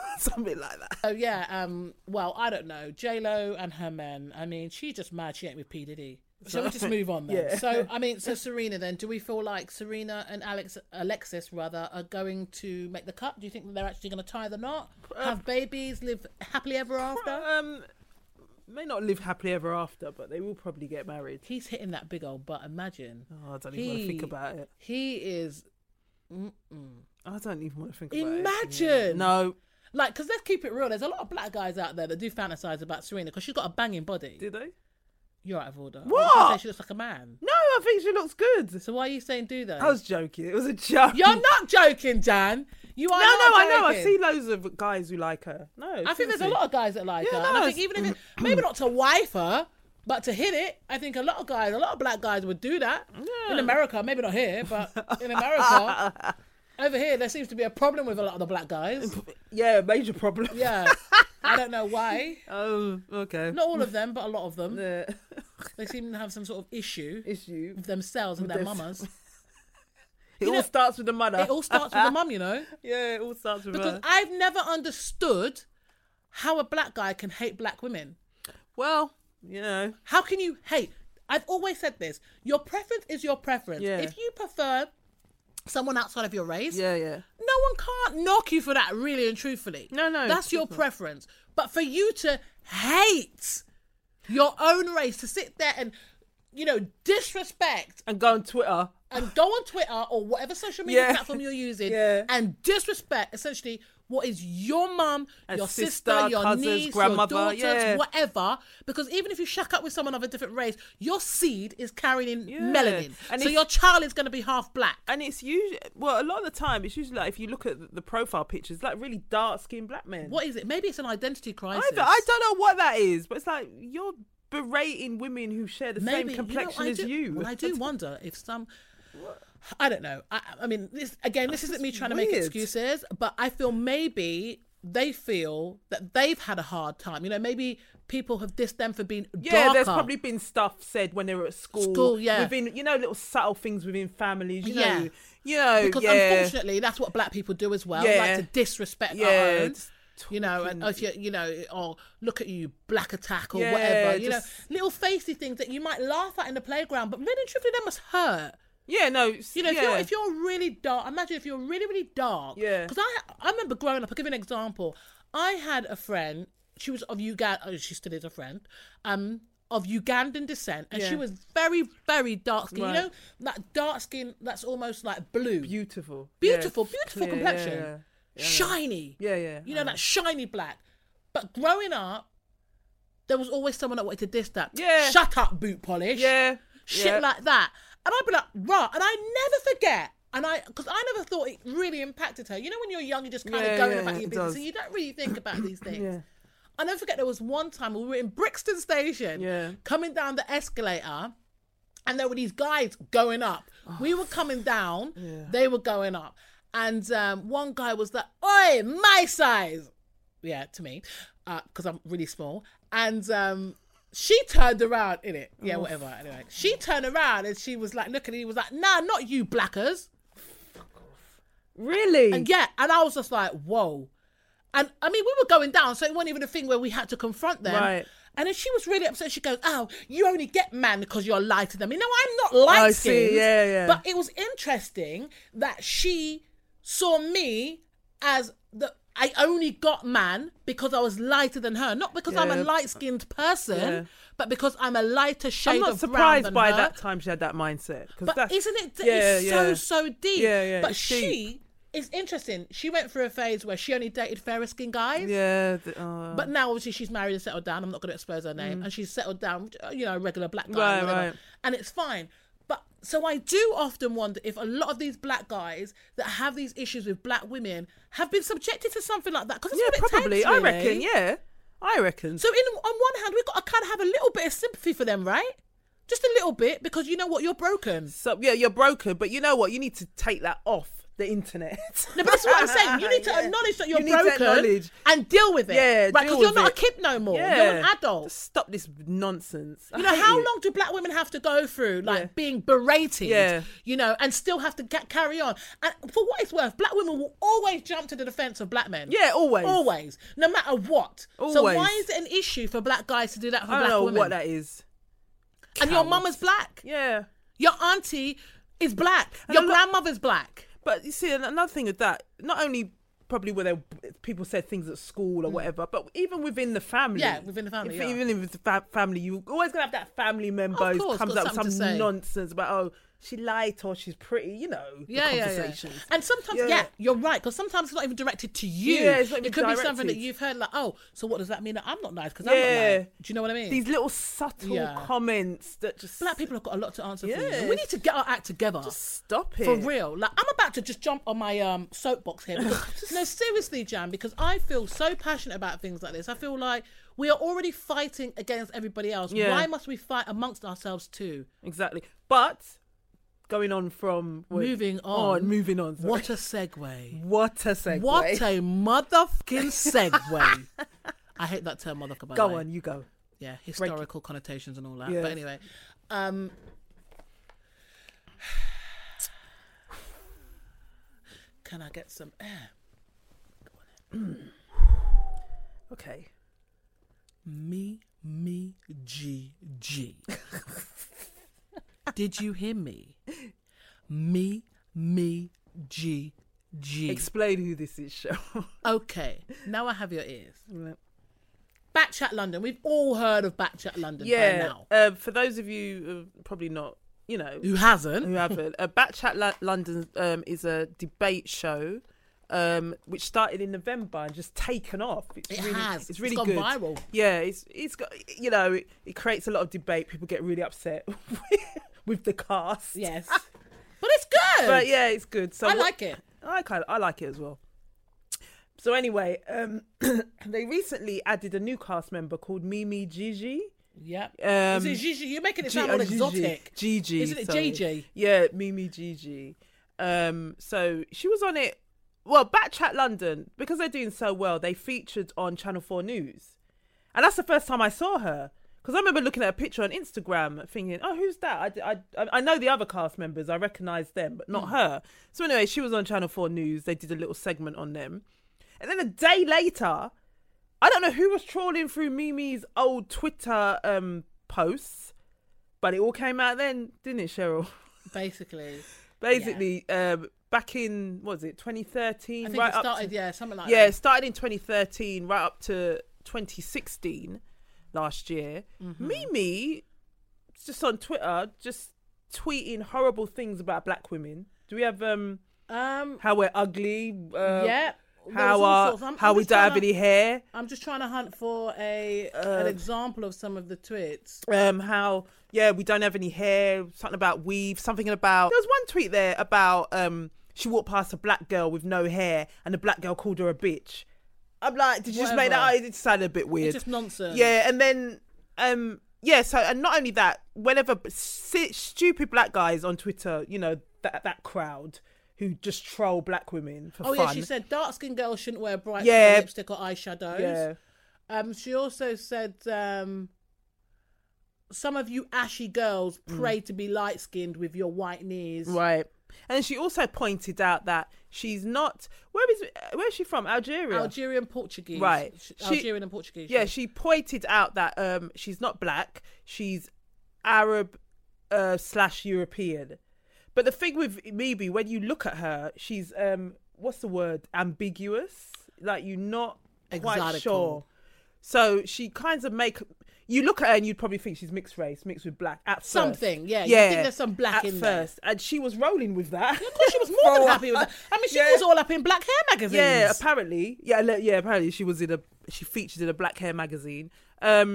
something like that. Oh yeah. Um. Well, I don't know. J Lo and her men. I mean, she's just mad. She ain't with P Diddy. So we just move on then. Yeah. So I mean, so Serena then. Do we feel like Serena and Alex, Alexis rather, are going to make the cut? Do you think that they're actually going to tie the knot, Uh, have babies, live happily ever after? Um, may not live happily ever after, but they will probably get married. He's hitting that big old butt. Imagine. Oh, I don't even want to think about it. He is. I don't even want to think about it. Imagine. No, Like, because let's keep it real. There's a lot of black guys out there that do fantasize about Serena because she's got a banging body. do they? You're out of order. I was What? gonna say she looks like a man. No, I think she looks good. So why are you saying do that? I was joking. It was a joke. You're not joking, Dan. You are Mm. No, no, not I know. I joking. see loads of guys who like her. No, I think there's a lot of guys that like Yeah, her. And I no, think it's- even if it, maybe not to wife her, but to hit it, I think a lot of guys, a lot of black guys would do that in America. Maybe not here, but in America, over here, there seems to be a problem with a lot of the black guys. Yeah, major problem. Yeah, I don't know why. Oh, okay. Not all of them, but a lot of them. Yeah. They seem to have some sort of issue issue. with themselves and their them- mamas. It all know- starts with the mother. It all starts with the mum, you know. yeah, it all starts with Because her. I've never understood how a black guy can hate black women. well, you know, How can you hate? I've always said this. Your preference is your preference. Yeah. If you prefer someone outside of your race, yeah, yeah. no one can't knock you for that, really and truthfully. No, no, That's your of course preference. But for you to hate your own race, to sit there and, you know, disrespect And go on Twitter. and go on Twitter or whatever social media Yeah. platform you're using Yeah. and disrespect essentially what is your mum, A your sister, sister, your cousins, niece, grandmother, your daughters, yeah. whatever. Because even if you shack up with someone of a different race, your seed is carrying in Yeah. melanin. And so if- your child is going to be half black. And it's usually, well, a lot of the time, it's usually like if you look at the- the profile pictures, like really dark skinned black men. What is it? Maybe it's an identity I, crisis. don't- I don't know what that is, but it's like you're berating women who share the same you know, complexion I as do- you. Well, I do wonder if some. I don't know. I, I mean, this again. This isn't me trying to make weird. excuses, but I feel maybe they feel that they've had a hard time. You know, maybe people have dissed them for being Yeah, darker. there's probably been stuff said when they were at school. School, yeah. Within, you know, little subtle things within families. You Yeah. know, you know, because yeah, unfortunately, that's what black people do as well. Like Yeah. to disrespect our yeah. own. just You know, and talking- if you you know, or look at you, black attack or Yeah, whatever. You just- know, little facey things that you might laugh at in the playground, but really and truthfully, they must hurt. yeah, no, You know, yeah. if, you're, if you're really dark, imagine if you're really, really dark. Yeah. Because I, I remember growing up, I'll give you an example. I had a friend, she was of Uganda, she still is a friend, um, of Ugandan descent, and she Yeah. was very, very dark skinned. You Right. know, that dark skin that's almost like blue. beautiful, beautiful, beautiful Yeah, complexion. yeah, Shiny. yeah, yeah, You know, that shiny black. But growing up, there was always someone that wanted to diss that. Yeah. Shut up, boot polish yeah, shit yeah. like that. And I'd be like, right. And I never forget. And I, because I never thought it really impacted her. You know, when you're young, you're just kind Yeah, of going yeah, about your it business does. and you don't really think about these things. Yeah. I never forget there was one time we were in Brixton Station, Yeah. coming down the escalator, and there were these guys going up. we were coming down, they were going up. And um, one guy was like, Oi, my size. Yeah, to me, because I'm really small. And um, she turned around in it. Yeah, whatever. Anyway, she turned around and she was like, looking, and he was like, Nah, not you, blackers. Really? And yeah, and I was just like, whoa. And I mean, we were going down, so it wasn't even a thing where we had to confront them. Right. And then she was really upset. She goes, "Oh, you only get man because you're light to them." You know, I'm not light I see, skinned. yeah, yeah. But it was interesting that she saw me as the I only got man because I was lighter than her, not because I'm a Yeah. light skinned person, Yeah. but because I'm a lighter shade I'm not of brown surprised than by her. that time she had that mindset. 'cause But that's- isn't it? Yeah, it's yeah. so so deep. Yeah, yeah, But it's she deep. is interesting. She went through a phase where she only dated fairer skinned guys. Yeah. th- uh, But now obviously she's married and settled down. I'm not going to expose her name. And she's settled down, you know, a regular black guy, Mm. Right, whatever. right. And it's fine. But so I do often wonder if a lot of these black guys that have these issues with black women have been subjected to something like that. Because yeah, probably. I reckon. Yeah, I reckon. So in, on one hand, we've got to kind of have a little bit of sympathy for them, right? Just a little bit, because you know what? You're broken. So yeah, you're broken, but you know what? You need to take that off the internet. No, but that's what I'm saying. You need to Yeah. acknowledge that you're You need to broken acknowledge. and deal with it. Yeah, right. deal Because you're with not it. a kid no more. Yeah. You're an adult. Just stop this nonsense. I You know hate how it. long do black women have to go through like Yeah. being berated? Yeah. You know, and still have to get, carry on. And for what it's worth, black women will always jump to the defense of black men. Yeah, always. Always, no matter what. So Always. why is it an issue for black guys to do that for I don't black know women? what that is. and your mama's black. Yeah. Your auntie is black. Your a lot- grandmother's black. But you see, an- another thing with that, not only probably where there, people said things at school or whatever, but even within the family. Mm. Yeah, within the family, If- yeah. Even with the fa- family, you always gonna have that family member Of who course, comes got up with something to some say. nonsense about oh she light or she's pretty, you know. the yeah, yeah, yeah. conversations. And sometimes, Yeah. yeah, you're right, because sometimes it's not even directed to you. Yeah, it's not even it could be something that directed. you've heard, like, oh, so what does that mean that I'm not nice because Yeah. I'm not nice? Do you know what I mean? These little subtle Yeah. comments that just Black people have got a lot to answer for. You. Yes. And we need to get our act together. stop it for real. Like I'm about to just jump on my um soapbox here. Because, no, seriously, Jan, because I feel so passionate about things like this. I feel like we are already fighting against everybody else. Yeah. Why must we fight amongst ourselves too? Exactly. But going on from wait, Oh, Moving on. moving on. sorry. What a segue. what a segue. What a motherfucking segue. I hate that term motherfucker by the go way. on, you go. Yeah, historical connotations and all that. Yes. But anyway. Um Can I get some air? Okay. Me, me, G, G. Did you hear me? Me, me, G, G. Explain who this is, show. Okay, now I have your ears. Backchat London. We've all heard of Backchat London by now. Uh, for those of you uh, probably not, you know, Who hasn't? who haven't, uh, Backchat La- London um, is a debate show um, which started in November and just taken off. It's It really, has. It's It's really gone good. viral. Yeah, it's it's got you know it, it creates a lot of debate. People get really upset with the cast. Yes. Ah, but it's good. but yeah, it's good. So I what- like it. I kind I like it as well. So anyway, um, they recently added a new cast member called Mimi Gigi. Yep. Um, Is it Gigi? You're making it G- sound uh, all Gigi. exotic. Gigi, Isn't it sorry. JJ? Yeah, Mimi Gigi. Um, so she was on it. Well, Backchat London because they're doing so well. They featured on Channel Four News, and that's the first time I saw her. Because I remember looking at a picture on Instagram, thinking, "Oh, who's that?" I d- I, I, I know the other cast members. I recognise them, but Hmm. not her. So anyway, she was on Channel Four News. They did a little segment on them, and then a day later, I don't know who was trawling through Mimi's old Twitter um posts, but it all came out then, didn't it, Cheryl? Basically. Basically, um, back in what was it 2013? I think it up started, to- yeah, something like yeah, that. it started in 2013, right up to 2016, last year. Mm-hmm. Mimi, just on Twitter, just tweeting horrible things about black women. Do we have um Um, how we're ugly? Uh, yeah. there was How all are sorts. I'm- how I'm we just don't have trying to- any Uh, hair? I'm just trying to hunt for a an example of some of the tweets. um how yeah we don't have any hair something about weave something about there was one tweet there about um she walked past a black girl with no hair and the black girl called her a bitch i'm like did you just make that out Whatever. it sounded a bit weird just nonsense. yeah and then um yeah so and not only that whenever si- stupid black guys on twitter you know that that crowd who just troll black women for Oh fun yeah, she said dark skinned girls shouldn't wear bright Yeah. yeah. Um, lipstick or eyeshadows. yeah Um, she also said um, some of you ashy girls pray to be light skinned with your white knees. Mm. Right. And she also pointed out that she's not. Where is where is she from? Algeria. Algerian Portuguese. Right. Sh- She- Algerian and Portuguese. Yeah, she pointed out that um she's not black. She's Arab uh, slash European. But the thing with Mibi, when you look at her, she's um what's the word? Ambiguous. Like you're not quite Exotical. sure. So she kind of make you look at her and you'd probably think she's mixed race, mixed with black at first. Something, yeah, you'd think there's some black at in there. first, and she was rolling with that. Of course, she was more than happy with that. I mean, she Yeah. was all up in black hair magazines. Yeah, apparently. Yeah, le- yeah. Apparently, she was in a she featured in a black hair magazine. Um.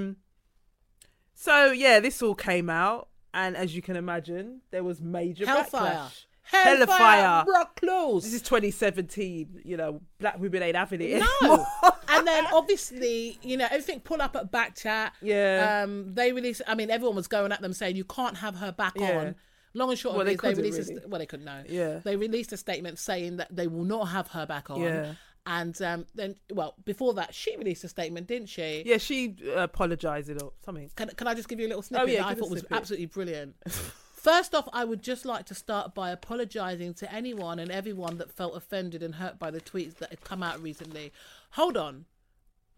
So yeah, this all came out, and as you can imagine, there was major Hellfire. backlash. Hellfire. Hellfire. Brock Close. This is 2017. You know, black women ain't having it. No. anymore. and then obviously, you know, everything pull up at back chat. Yeah. Um, they release. I mean, everyone was going at them saying you can't have her back Yeah. on. Long and short Well, of they it, they couldn't released. really. A, well, they couldn't know. Yeah. They released a statement saying that they will not have her back on. Yeah. And um, then, well, before that, she released a statement, didn't she? yeah, she uh, apologized or something. Can, can I just give you a little snippet Oh, yeah, that I give a thought was snippet. absolutely brilliant? First off, I would just like to start by apologising to anyone and everyone that felt offended and hurt by the tweets that have come out recently. Hold on.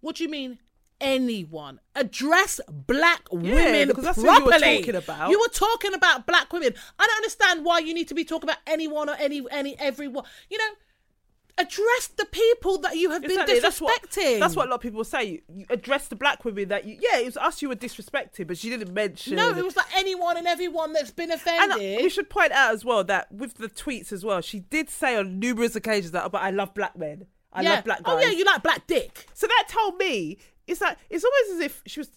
What do you mean? Anyone address black women because that's who you were properly. talking about. You were talking about black women. I don't understand why you need to be talking about anyone or any any everyone. You know, address the people that you have Exactly, been disrespecting. That's what, that's what a lot of people say. You address the black women that you, yeah, it was us you were disrespecting, but she didn't mention. No, it was like anyone and everyone that's been And offended. uh, we should point out as well that with the tweets as well, she did say on numerous occasions that, oh, but I love black men. I love black guys. Oh yeah, you like black dick. so that told me is that it's almost as if she was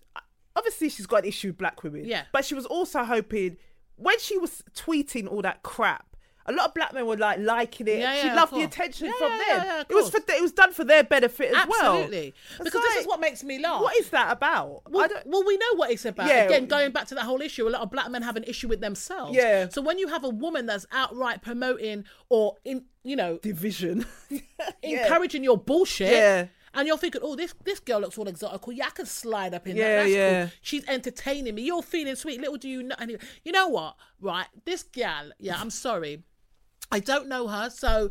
obviously she's got an issue with black women. Yeah. But she was also hoping when she was tweeting all that crap, a lot of black men were like liking it. Yeah, she yeah, of loved the course. attention Yeah, from yeah, them. yeah, yeah, of it was for course. th- it was done for their benefit as well. Absolutely. It's because this like, is what makes me laugh. what is that about? well, I don't, well, we know what it's about. Yeah. Again, going back to that whole issue, a lot of black men have an issue with themselves. Yeah. So when you have a woman that's outright promoting or in, you know, division. Yeah. encouraging your bullshit. Yeah. And you're thinking, oh, this this girl looks all exotical. Yeah, I can slide up in Yeah, that. That's yeah. cool. She's entertaining me. You're feeling sweet. Little do you know. Anyway, you know what? Right, this gal. Yeah, I'm sorry, I don't know her. So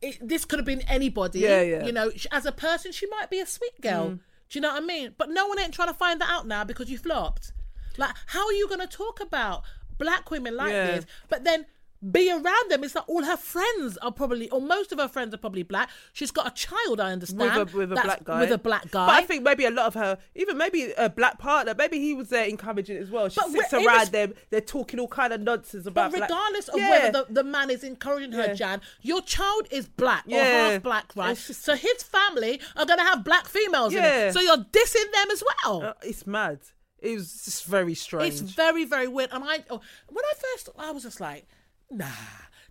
it, this could have been anybody. Yeah, yeah. You know, sh- as a person, she might be a sweet Mm. girl. Do you know what I mean? But no one ain't trying to find that out now because you flopped. Like, how are you going to talk about black women like Yeah. this? But then be around them. It's like all her friends are probably, or most of her friends are probably black. She's got a child, I understand. with a, with a that's black guy. With a black guy. But I think maybe a lot of her, even maybe a black partner, maybe he was there encouraging it as well. She But sits we're- around irres- them, they're talking all kind of nonsense about but black- regardless of Yeah. whether the, the man is encouraging her, Yeah. Jan, your child is black or Yeah. half black, right? It's just- So his family are going to have black females in Yeah. it. So you're dissing them as well. Uh, it's mad. It was just very strange. It's very, very weird. And I, oh, when I first, I was just like, nah,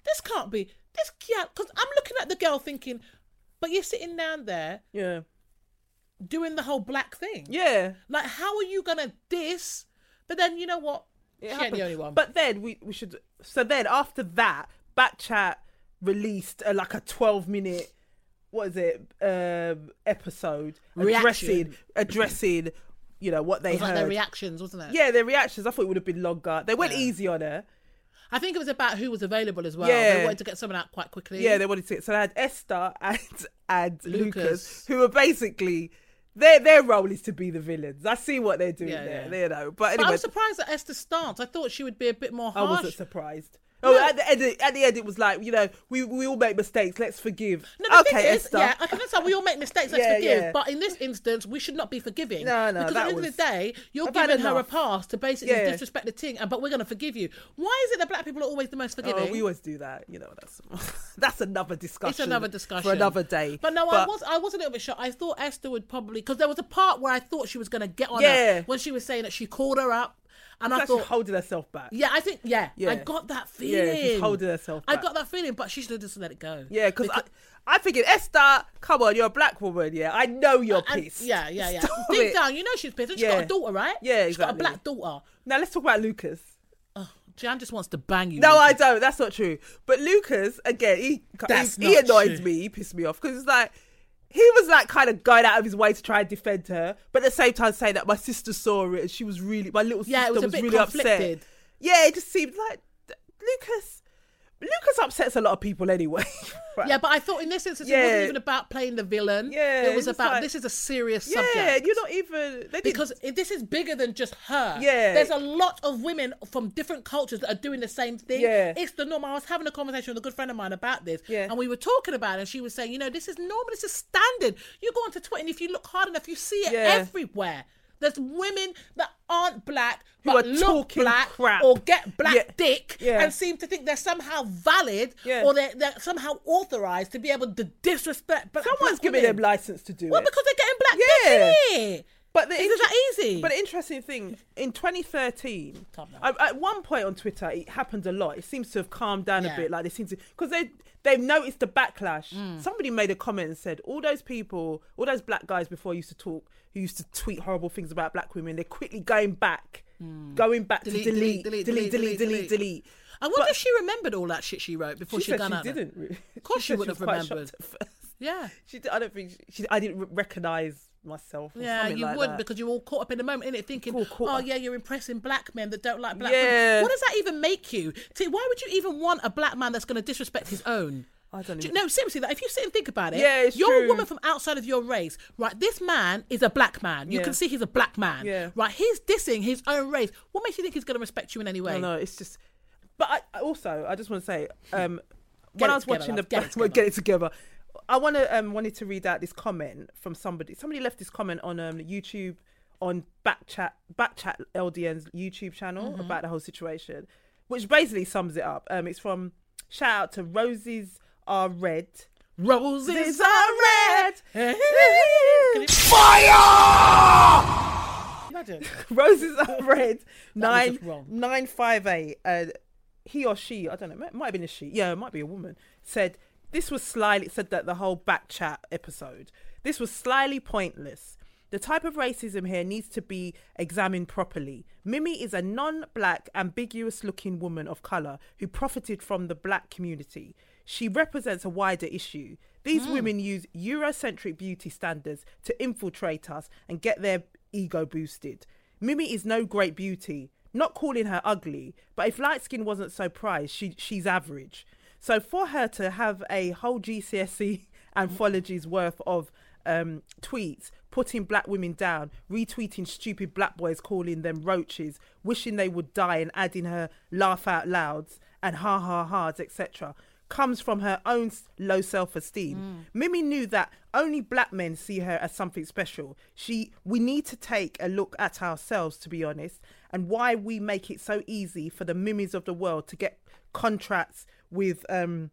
this can't be. This yeah, because I'm looking at the girl thinking, but you're sitting down there yeah. doing the whole black thing. Yeah. Like, how are you gonna diss? But then you know what? It she ain't happened. the only one. But then we, we should. So then after that, Backchat released a, like a 12 minute, what is it, um, episode addressing, Reaction. addressing, you know, what they it was like heard. their reactions, wasn't it? yeah, their reactions. I thought it would have been longer. They went easy on her. I think it was about who was available as well. Yeah. They wanted to get someone out quite quickly. Yeah, they wanted to. So they had Esther and and Lucas, Lucas. who are basically their their role is to be the villains. I see what they're doing Yeah, there. yeah. You know, but But anyway, I was surprised at Esther's stance. I thought she would be a bit more I harsh. wasn't surprised. Oh, No. at the end, at the end, it was like you know, we we all make mistakes. Let's forgive. No, the okay, thing is, Esther. yeah, I can understand we all make mistakes. Let's Yeah, forgive, yeah. but in this instance, we should not be forgiving. No, no, because that at the end was- of the day, you're I've had giving her a enough. pass to basically Yeah. disrespect the thing, and but we're going to forgive you. Why is it that black people are always the most forgiving? Oh, we always do that, you know. That's that's another discussion. It's another discussion for another day. But no, I was I was a little bit shocked. I thought Esther would probably because there was a part where I thought she was going to get on Yeah. her when she was saying that she called her up, and I actually thought. holding herself back. Yeah, I think yeah, Yeah. I got that feeling. Yeah, she's holding herself I back. got that feeling, but she should have just let it go. Yeah, cause I, I figured Esther, come on, you're a black woman. Yeah, I know you're And- pissed. Yeah, yeah, yeah. Stop Deep it. down, you know she's pissed. She's Yeah. got a daughter, right? Yeah, She's got a exactly. black daughter. Now let's talk about Lucas. Oh, Jan just wants to bang you. No, I Lucas. don't. That's not true. But Lucas, again, he That's he, he not annoys true. me. He pissed me off because it's like he was like kind of going out of his way to try and defend her, but at the same time saying that my sister saw it and she was really my little Yeah, it sister was was, a bit really conflicted. upset. Yeah, it just seemed like Lucas. Lucas upsets a lot of people anyway. right? Yeah, but I thought in this instance it Yeah. wasn't even about playing the villain. Yeah, it was it's about like- this is a serious yeah, subject. you're not even they didn't because if this is bigger than just her. Yeah. There's a lot of women from different cultures that are doing the same thing. Yeah. It's the norm. I was having a conversation with a good friend of mine about this. Yeah. And we were talking about it and she was saying, you know, this is normal, this is standard. You go onto Twitter and if you look hard enough, you see it Yeah. everywhere. There's women that aren't black Who but are look talking black crap. or get black Yeah. dick Yeah. and seem to think they're somehow valid Yeah. or they're, they're somehow authorized to be able to disrespect. But someone's giving them license to do Well, it. because they're getting black Yeah. dick here. But the Is it inter- that easy? But the interesting thing in 2013, Calm down. I, at one point on Twitter, it happened a lot. It seems to have calmed down Yeah. a bit. Like they seem to because they they've noticed the backlash. Mm. Somebody made a comment and said all those people, all those black guys before used to talk, who used to tweet horrible things about black women, they're quickly going back, going back Mm. Delete, to delete, delete, delete, delete, delete, delete, delete. delete, delete. I wonder if she remembered all that shit she wrote before She, she, said got she out. there. didn't. really. Of course she would have remembered. Yeah. She, I don't think she, I didn't recognize myself. Or Yeah, something you like would that. because you're all caught up in the moment, innit? Thinking, All caught oh, up. yeah, you're impressing black men that don't like black women. Yeah. What does that even make you? See, why would you even want a black man that's going to disrespect his own? I don't Do you- even- No, seriously, like, if you sit and think about it, Yeah, it's you're a true. woman from outside of your race, right? This man is a black man. You Yeah. can see he's a black man, Yeah. right? He's dissing his own race. What makes you think he's going to respect you in any way? No, no, it's just. But I, I also, I just want to say, um, when it I was together, watching love, the get it well, together. get it together, I want to um, wanted to read out this comment from somebody. Somebody left this comment on um, YouTube on Backchat Backchat LDN's YouTube channel Mm-hmm. about the whole situation, which basically sums it up. Um, it's from shout out to Roses Are Red. Roses Roses are are red. red. Imagine. Roses are red. Nine just wrong. nine five eight. Uh, he or she, I don't know, it might have been a she. Yeah, it might be a woman. Said this was slyly said that the whole back chat episode. This was slyly pointless. The type of racism here needs to be examined properly. Mimi is a non black, ambiguous looking woman of colour who profited from the black community. She represents a wider issue. These Hmm. women use Eurocentric beauty standards to infiltrate us and get their ego boosted. Mimi is no great beauty. Not calling her ugly, but if light skin wasn't so prized, she she's average. So for her to have a whole GCSE E anthology's worth of um, tweets putting black women down, retweeting stupid black boys calling them roaches, wishing they would die, and adding her laugh out louds and ha ha ha's etc. Comes from her own s- low self esteem. Mimi knew that only black men see her as something special. She, we need to take a look at ourselves, to be honest, and why we make it so easy for the Mimis of the world to get contracts with um,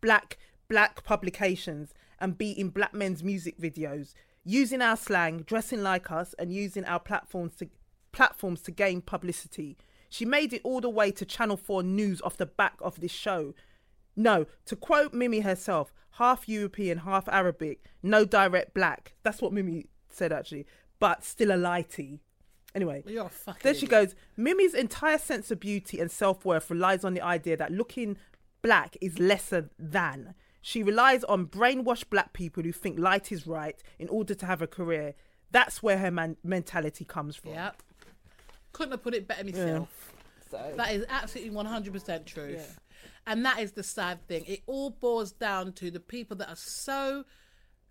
black black publications and beating black men's music videos, using our slang, dressing like us, and using our platforms to platforms to gain publicity. She made it all the way to Channel 4 News off the back of this show. No, to quote Mimi herself, half European, half Arabic, no direct black. That's what Mimi said actually, but still a lighty. Anyway, You're a fucking then she idiot. goes, Mimi's entire sense of beauty and self worth relies on the idea that looking black is lesser than. She relies on brainwashed black people who think light is right in order to have a career. That's where her man- mentality comes from. Yep. Couldn't have put it better myself. That is absolutely 100% truth. And that is the sad thing. It all boils down to the people that are so,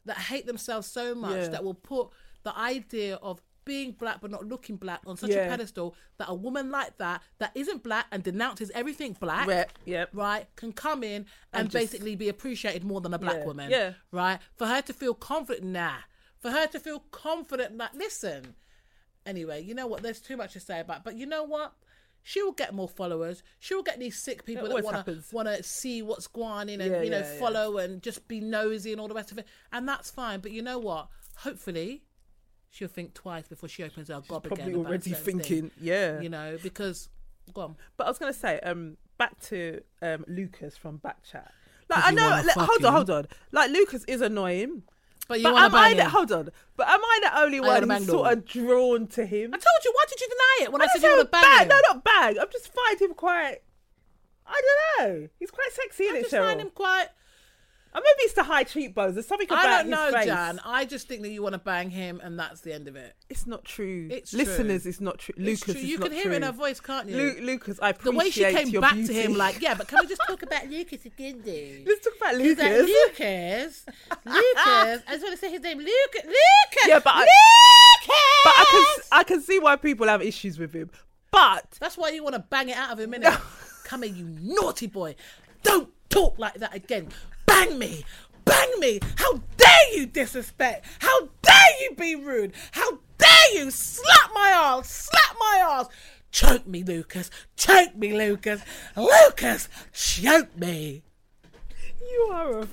that hate themselves so much Yeah. that will put the idea of being black but not looking black on such a Yeah. pedestal that a woman like that, that isn't black and denounces everything black, Yep, yep. right, can come in and, just- basically be appreciated more than a black Yeah, woman. yeah. Right? For her to feel confident, nah. For her to feel confident, like, listen, anyway, you know what? There's too much to say about. But you know what? She will get more followers. She will get these sick people It that always want to happens. want to see what's going on and Yeah, you know yeah, yeah. follow and just be nosy and all the rest of it. And that's fine. But you know what? Hopefully, she'll think twice before she opens her gob again. Probably about already certain things, thinking, yeah. You know, because go on. But I was gonna say, um, back to um Lucas from Backchat. Like I you know, wanna like, fuck hold on, him. hold on. Like Lucas is annoying, But you but want am to bang I him. the, hold on? But am I the only wanna one bang who's sort them. of drawn to him? I told you. Why did you deny it when I, I said just you found want to him bang? bag. him? No, not bag. I'm just find him quite. I don't know. He's quite sexy, I isn't it, just Cheryl? find him quite. Or maybe it's the high cheekbones. There's something about I don't his know, face. Jan. I just think that you want to bang him, and that's the end of it. It's not true. It's Listeners, true. it's not true. It's Lucas, true. it's you not can hear true. in her voice, can't you? Lu- Lucas, I the appreciate way she came your back to beauty. him, like, yeah, but can we just talk about Lucas again, dude? Let's talk about Lucas. That Lucas, Lucas. I just want to say his name, Lucas. Lucas. Yeah, but I- Lucas. But I can, s- I can see why people have issues with him. But That's why you want to bang it out of him, innit? Come here, you naughty boy. Don't talk like that again. Bang me. Bang me. How dare you disrespect? How dare you be rude? How dare you slap my arse? Slap my arse. Choke me, Lucas. Choke me, Lucas. Lucas, choke me. you are a.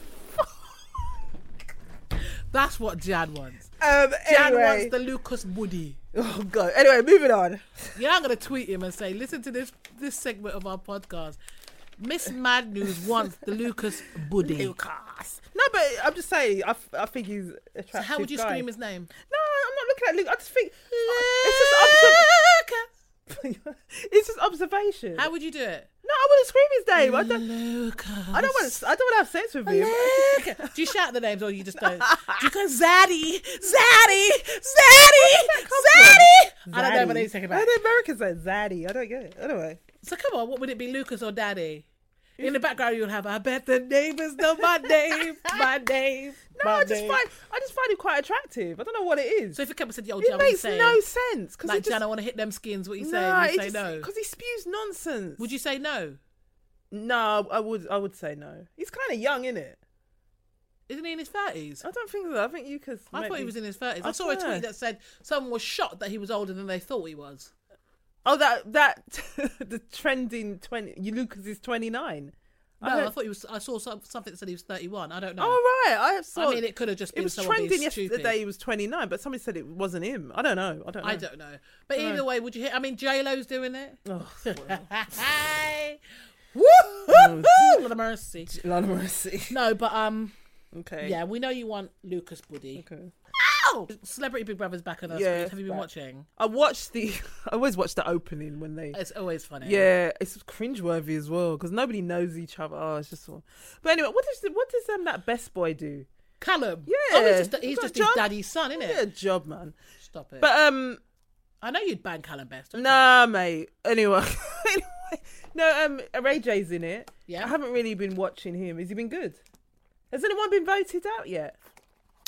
That's what Jan wants. Um, Jan anyway. wants the Lucas Woody. Oh, God. Anyway, moving on. Yeah, I'm gonna tweet him and say, listen to this this segment of our podcast. Miss Mad News wants the Lucas Buddy. Lucas. No, but I'm just saying, I, f- I think he's attractive. So how would you guy. scream his name? No, I'm not looking at Luke. I just think. It's just, observ- it's just observation. How would you do it? No, I wouldn't scream his name. I don't. Lucas. I don't want. To, I don't want to have sex with him. Lucas. Do you shout the names or you just don't? Do you go Zaddy, Zaddy, Zaddy, Zaddy? I don't know what Zaddy. they're talking Why about. do Americans say zaddy? I don't get it. Anyway, So come on, what would it be, Lucas or Daddy? In the background, you'll have I bet the neighbors know my name, my name. no, my I just name." find I just find him quite attractive. I don't know what it is. So if you kept said, "Yo, it Jan, what you makes saying?" no sense because Like, just, Jan, I want to hit them skins. What you saying? no, you say no. because he spews nonsense. Would you say no? No, I would. I would say no. He's kind of young, isn't it? Isn't he in his thirties? I don't think so. I think you could. I thought maybe- he was in his thirties. I I saw a don't know. tweet that said someone was shocked that he was older than they thought he was. Oh, that that the trending twenty. You Lucas is twenty nine. No, I I, don't- thought he was. I saw some, something that said he was thirty-one. I don't know. Oh right, I saw. I mean, it could have just it been was someone being trending yesterday. stupid. He was twenty nine, but somebody said it wasn't him. I don't know. I don't. Know. I don't know. But either way, would you hit? I mean, J Lo's doing it. Oh, Hi. Woo! hoo, hoo, Lord of mercy. Lord have mercy. No, but um, Okay. yeah, we know you want Lucas Buddy. Okay. Oh, Celebrity Big Brother's back on us. Yeah, have you been back. watching? I watched the. I always watch the opening when they. It's always funny. Yeah, it's cringeworthy as well because nobody knows each other. Oh, it's just. all- But anyway, what does what does um that best boy do? Callum. Yeah. Oh, he's just, he's He's got just a his job. daddy's son, isn't Yeah, it? job man. Stop it. But um, I know you'd ban Callum Best. Nah, mate. Anyway, anyway. no. Um, Ray J's in it. Yeah. I haven't really been watching him. Has he been good? Has anyone been voted out yet?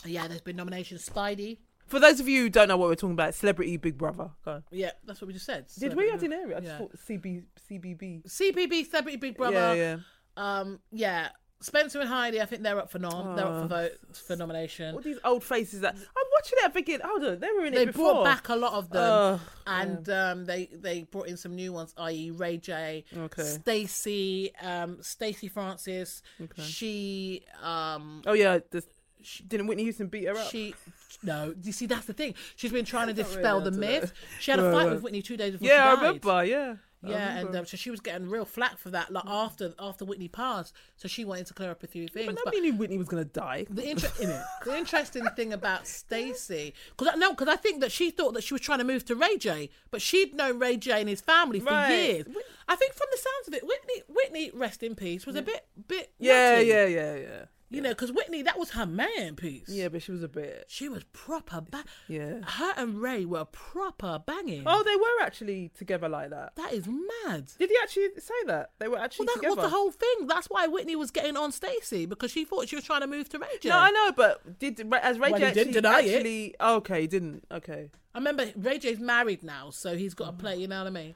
Yeah, there's been nominations. Spidey. For those of you who don't know what we're talking about, Celebrity Big Brother. Go. on. Yeah, that's what we just said. Did So- we? I didn't hear it. I just Yeah. thought CB CBB. CPB, Celebrity Big Brother. Yeah, yeah. Um, yeah. Spencer and Heidi, I think they're up for nom. they're up for Oh. vote for nomination. All these old faces that I'm watching it. I'm thinking, hold on, they were in They it before. brought back a lot of them, Ugh, and um, they they brought in some new ones, i.e. Ray J, Okay. Stacy, um, Stacy Francis. She um, Oh yeah, this, sh- didn't Whitney Houston beat her up? She no, you see that's the thing. She's been trying to dispel Oh. really the into myth. She had a Right, fight right. with Whitney two days before. yeah, I she died. remember. Yeah. I Yeah, and remember. um, so she was getting real flack for that. Like after after Whitney passed, so she wanted to clear up a few things. but but nobody knew Whitney was gonna die. the inter- in it, the interesting thing about Stacey, because I, no, because I think that she thought that she was trying to move to Ray J, but she'd known Ray J and his family for Right. years. I think from the sounds of it, Whitney, Whitney, rest in peace, was a bit, bit, Yeah, nutty. yeah, yeah, yeah. you know, because Whitney, that was her man piece. Yeah, but she was a bit. She was proper ba- Yeah. Her and Ray were proper banging. Oh, they were actually together like that. that is mad. Did he actually say that they were actually Well, that together? was the whole thing. That's why Whitney was getting on Stacey because she thought she was trying to move to Ray J. No, I know, but did as Ray Well, J he actually, didn't deny it. actually oh, okay, he didn't. Okay, I remember Ray J's married now, so he's got to play. You know what I mean?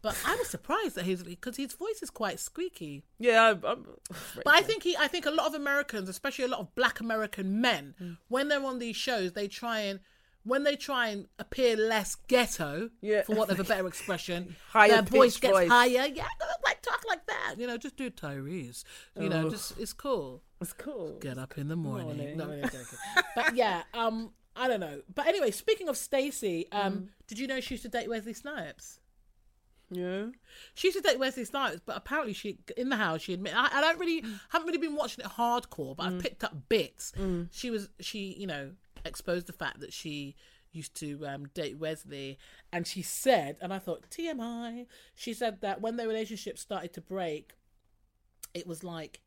But I was surprised that his because his voice is quite squeaky. yeah, I, I'm. But I think he, I think a lot of Americans, especially a lot of Black American men, Hmm. when they're on these shows, they try and when they try and appear less ghetto, Yeah. for want of a better expression, Higher their voice pitched gets voice. higher. Yeah, like talk like that. You know, just do Tyrese. You know, just it's cool. it's cool. Get up in the morning. Morning. No, I'm joking. but yeah, um, I don't know. But anyway, speaking of Stacey, um, did you know she used to date Wesley Snipes? Yeah, She used to date Wesley Snipes, but apparently she in the house. She admit I, I don't really haven't really been watching it hardcore, but I've picked up bits. She was she you know exposed the fact that she used to um, date Wesley, and she said, and I thought TMI. She said that when their relationship started to break, it was like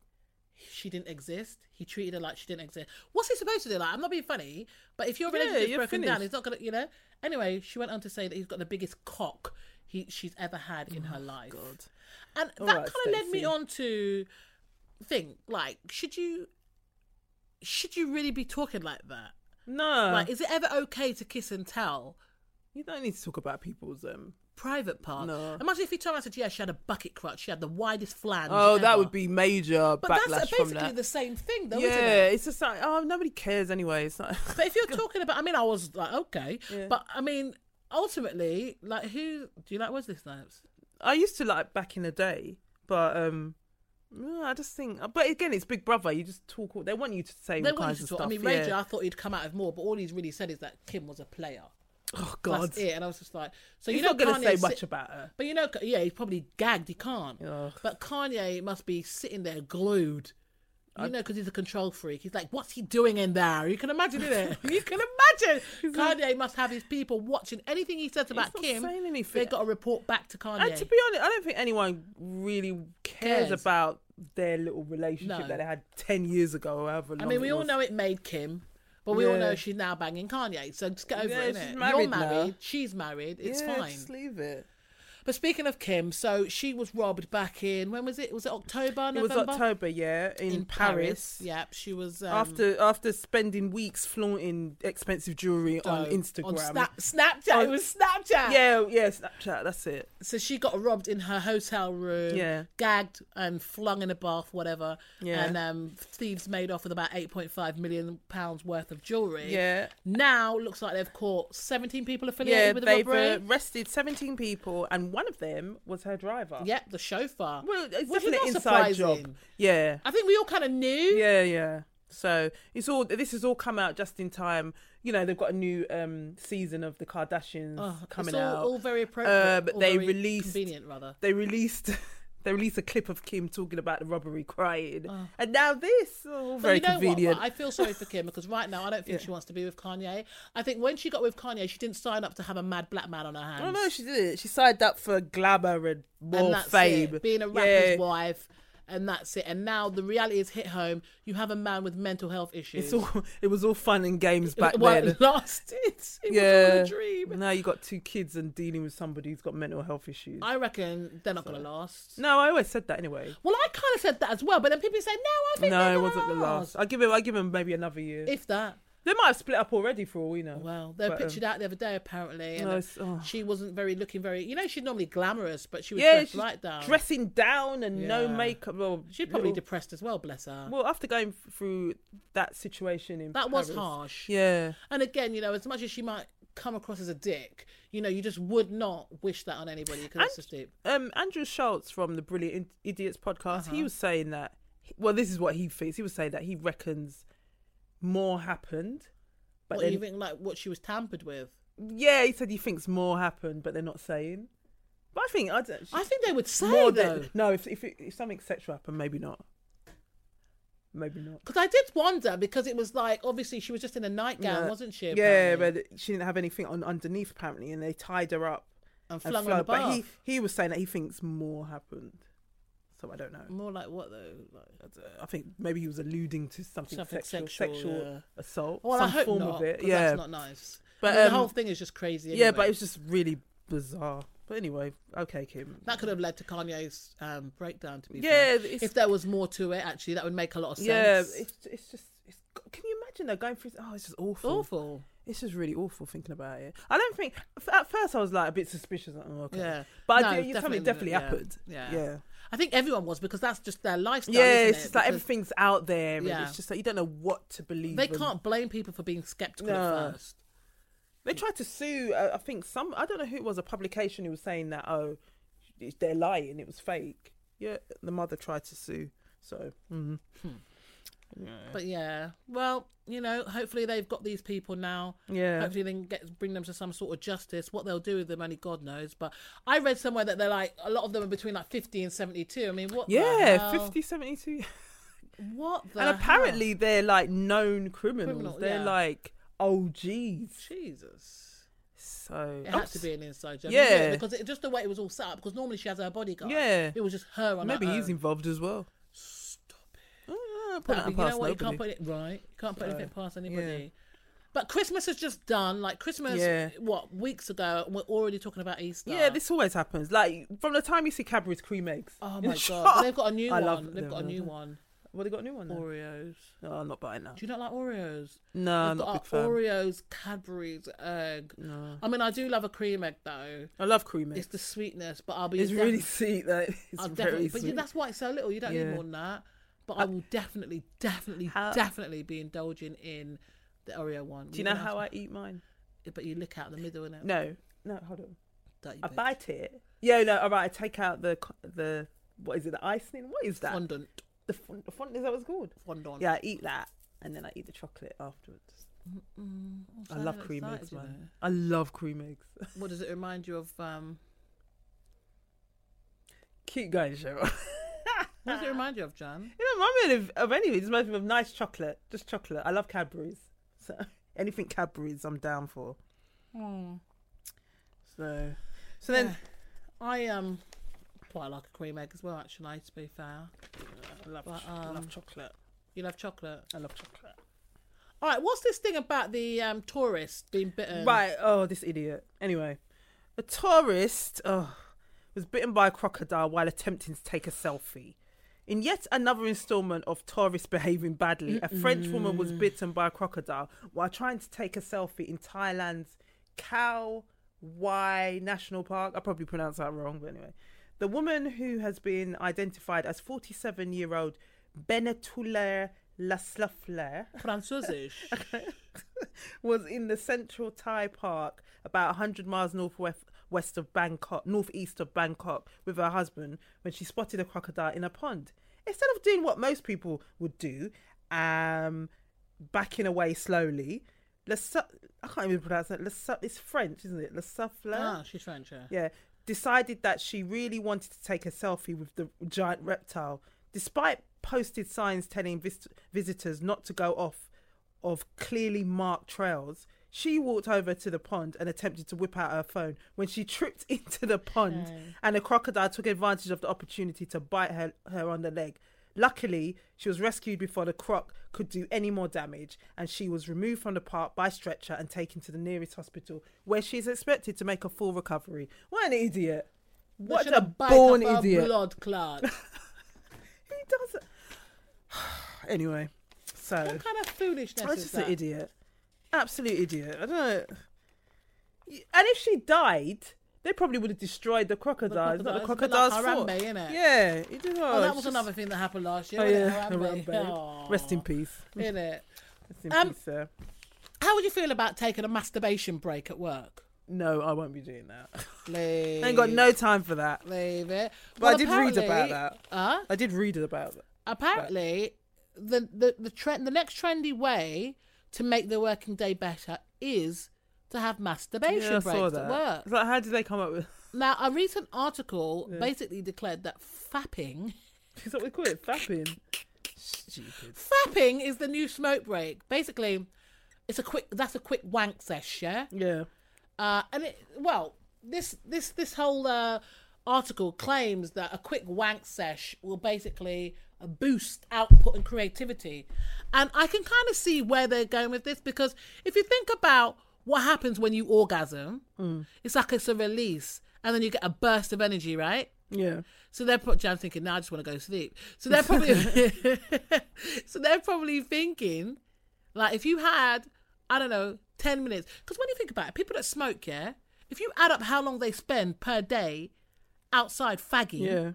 she didn't exist. He treated her like she didn't exist. What's he supposed to do? Like, I'm not being funny, but if your relationship's you're broken down, finished. he's not gonna, you know. Anyway, she went on to say that he's got the biggest cock he she's ever had in her life, Oh, God. and that kind right, of led me Stacey. on to think like, should you, should you really be talking like that? No, Like, is it ever okay to kiss and tell? you don't need to talk about people's um. Private part. No. Imagine if he turned around and said, "Yeah, she had a bucket crutch. She had the widest flange." Oh, that ever." would be major But backlash that's from basically that. the same thing, though, isn't it? yeah, it's just like oh, nobody cares anyway. It's not. But if you're talking about, I mean, I was like, okay, but I mean, ultimately, like, who do you like Wesley Snipes? I used to like back in the day, but um, no, I just think. But again, it's Big Brother. You just talk. all- They want you to say They all want kinds you to of talk. stuff. I mean, yeah. Rager, I thought he'd come out with more, but all he's really said is that Kim was a player. oh God, That's it. And I was just like, so he's you know, not going to Kanye say sit- much about her. But you know, yeah, he's probably gagged. He can't. Ugh. But Kanye must be sitting there glued. You know, 'cause he's a control freak. He's like, what's he doing in there? You can imagine, it? you can imagine. Kanye must have his people watching anything he says about not Kim. saying anything. They've got to report back to Kanye. And to be honest, I don't think anyone really cares, Cares. about their little relationship No. that they had ten years ago, or however long. I mean, we it all was. know it made Kim, but we all Yeah. know she's now banging Kanye. So just get over Yeah, it. she's innit? You're married now. married. She's married. It's Yeah, fine. Just leave it. But speaking of Kim, so she was robbed back in when was it? Was it October? It was November? October, yeah, in, in Paris. Paris. Yep, she was um, After after spending weeks flaunting expensive jewelry on so- Instagram. oh, on Snap- Snapchat. it On- was Snapchat. yeah, yeah, Snapchat. That's it. So she got robbed in her hotel room. Yeah. Gagged and flung in a bath, whatever. Yeah. And um, thieves made off with about 8.5 million pounds worth of jewelry. Yeah. Now looks like they've caught 17 people affiliated Yeah, with the they've robbery. uh, arrested 17 people, and one of them was her driver. Yep, the chauffeur. Well, it's Which is definitely an not inside job. surprising. Yeah. I think we all kind of knew. Yeah, yeah. So it's all this has all come out just in time. You know, they've got a new um season of the Kardashians Oh, coming it's all, out. all very appropriate. Uh, but all they very released- convenient rather. They released they released a clip of Kim talking about the robbery crying. And now this oh, But very Oh. you know convenient. what? right? I feel sorry for Kim because right now I don't think she wants to be with Kanye. I think when she got with Kanye, she didn't sign up to have a mad black man on her hands. Oh no, she did it. She signed up for glamour and more and that's fame. it. Being a rapper's yeah. wife, and that's it. And now the reality is hit home. You have a man with mental health issues. It's all, it was all fun and games back well, then. it lasted. It was all yeah. a dream. Now you got two kids and dealing with somebody who's got mental health issues. I reckon they're not going to last. No, I always said that anyway. Well, I kind of said that as well, but then people say, no, I think No, they're it gonna wasn't the last. I give him. I give him maybe another year. If that. they might have split up already, for all we know. Well, they were But, um, pictured out the other day apparently, and No, uh, it's- oh. she wasn't very looking very. You know, she's normally glamorous, but she was yeah, dressed she's right down. dressing down and no Yeah. makeup. Well, She's probably little- depressed as well, bless her. well after going f- through that situation in that was Paris- harsh. Yeah, And again, you know, as much as she might come across as a dick, you know, you just would not wish that on anybody because it's And- just it. um, Andrew Schultz from the Brilliant In- Idiots podcast, Uh-huh. he was saying that. Well, this is what he thinks. He was saying that he reckons more happened, but What then even like what she was tampered with. yeah, he said he thinks more happened, but they're not saying. But I think I don't. I think they would say more though. than no. If if, it, if something sexual happened, maybe not. Maybe not. Because I did wonder, because it was like obviously she was just in a nightgown, No. wasn't she? Yeah, apparently? but she didn't have anything on underneath apparently, and they tied her up and and flung, flung. on the But bath. he he was saying that he thinks more happened. So I don't know. More like what though? Like, I think maybe he was alluding to something, Something sexual, sexual, sexual, yeah. assault, well, some I hope form not. of it. 'cause Yeah, that's not nice. I But, mean, um, the whole thing is just crazy. yeah, but anyway. it was just really bizarre. But anyway, okay, Kim. That could have led to Kanye's um, breakdown. To be yeah, fair. it's, if there was more to it, actually, that would make a lot of sense. yeah, it's it's just. It's, can you imagine her going through? Oh, it's just awful. It's just really awful thinking about it. I don't think f- at first I was like a bit suspicious. Like, oh, okay. Yeah. but No, I, you something definitely yeah, happened. yeah. yeah, I think everyone was because that's just their lifestyle. yeah. isn't It's it? just like Because everything's out there, and Yeah. it's just like you don't know what to believe. They and- can't blame people for being skeptical No. at first. They tried to sue. Uh, I think some. I don't know who it was. A publication who was saying that oh, it- they're lying. It was fake. Yeah, the mother tried to sue. So mhm. But yeah, well, you know, hopefully they've got these people now. Yeah. Hopefully they can get bring them to some sort of justice. What they'll do with them, only God knows. But I read somewhere that they're like a lot of them are between like fifty and seventy-two. I mean, what? the yeah, hell? 50, 72. What? The and hell? apparently they're like known criminals. Criminal, they're yeah. like OGs. Jesus. So It had to be an inside joke. Oh, Yeah. Yeah, because it, just the way it was all set up. Because normally she has her bodyguard. Yeah. it was just her on Maybe her he's own. involved as well. Stop it. Mm. No, probably. You know past what? You nobody. can't put it right. You can't put anything past anybody. yeah. But Christmas has just done. Like Christmas, Yeah. what weeks ago? We're already talking about Easter. Yeah, this always happens. Like from the time you see Cadbury's cream eggs. Oh my god! But they've got a new I one. love they've them, got a I new love one. Well, they got a new one. Now. Oreos. No, I'm not buying that. Do you not like Oreos? No, I'm They've not a big got fan. our Oreos, Cadbury's egg. No. I mean, I do love a cream egg though. I love cream It's eggs. the sweetness, but I'll be It's, def- really sweet. That it's I'll very definitely, sweet. but you- that's why it's so little. You don't need Yeah. more than that. But I will definitely, definitely, How- definitely be indulging in the Oreo one. Do you know how I eat mine? But you lick out the middle and No, no. Hold on. Dirty I bitch. bite it. Yeah, no. All right, I take out the co- the what is it? The icing. What is that? fondant, The fond, fond is that what's called? fondant. Yeah, I eat that and then I eat the chocolate afterwards. I love cream excited, eggs, you man. I love cream eggs. know. What does it remind you of? Um, Keep going, Cheryl. what does it remind you of, Jan? You know, my of, of anything. It's made of nice chocolate. Just chocolate. I love Cadbury's. So anything Cadbury's, I'm down for. So, so then I um quite like a cream egg as well. Actually, to be fair, I love, But, ch- I um, love chocolate. you love chocolate. I love chocolate. All right, what's this thing about the um tourist being bitten? Right. Oh, this idiot. Anyway, a tourist oh, was bitten by a crocodile while attempting to take a selfie. In yet another installment of tourists behaving badly, a French woman was bitten by a crocodile while trying to take a selfie in Thailand's Khao Wai National Park. I probably pronounced that wrong, but anyway. The woman who has been identified as 47 year old Benetouler Laslafler Französisch. was in the central Thai park, about 100 miles northwest west of Bangkok, northeast of Bangkok, with her husband when she spotted a crocodile in a pond. Instead of doing what most people would do, um, backing away slowly, Le Su- I can't even pronounce it. Le Su- it's French, isn't it? Le Souffleur? ah, she's French. Yeah. yeah, decided that she really wanted to take a selfie with the giant reptile, despite posted signs telling vis- visitors not to go off of clearly marked trails. She walked over to the pond and attempted to whip out her phone when she tripped into the pond and the crocodile took advantage of the opportunity to bite her, her on the leg. Luckily, she was rescued before the croc could do any more damage and she was removed from the park by stretcher and taken to the nearest hospital where she is expected to make a full recovery. What an idiot. They What should a have bite born off her idiot. Blood clot. He does Anyway, so What kind of foolishness is that's Oh, just that? an idiot. Absolute idiot. I don't know. Y- And if she died, they probably would have destroyed the crocodile. It's not the crocodile- crocodile's it's a bit like fault. Harambe, innit? Yeah, it did. Oh, that was another thing that happened last year. Oh, wasn't yeah, it? Harambe. Harambe. Rest in peace. Innit? Rest in Um, peace, sir. How would you feel about taking a masturbation break at work? No, I won't be doing that. Leave. I ain't got no time for that. Leave it. But I did read about that. Huh? I did read about that. apparently the, the the trend the next trendy way to make the working day better is to have masturbation Yeah, I saw breaks that. at work. It's like, how did they come up with? Now, a recent article basically declared that fapping Is that what we call it? Fapping. Stupid. fapping is the new smoke break. Basically, it's a quick that's a quick wank sesh, yeah. Yeah. Uh, and it well, this this this whole uh, article claims that a quick wank sesh will basically uh, boost output and creativity, and I can kind of see where they're going with this because if you think about what happens when you orgasm, it's like it's a release, and then you get a burst of energy, right? Yeah. So they're probably I'm thinking now I just want to go sleep. So they're probably so they're probably thinking like if you had I don't know ten minutes because when you think about it, people that smoke, yeah, if you add up how long they spend per day outside fagging, Yeah.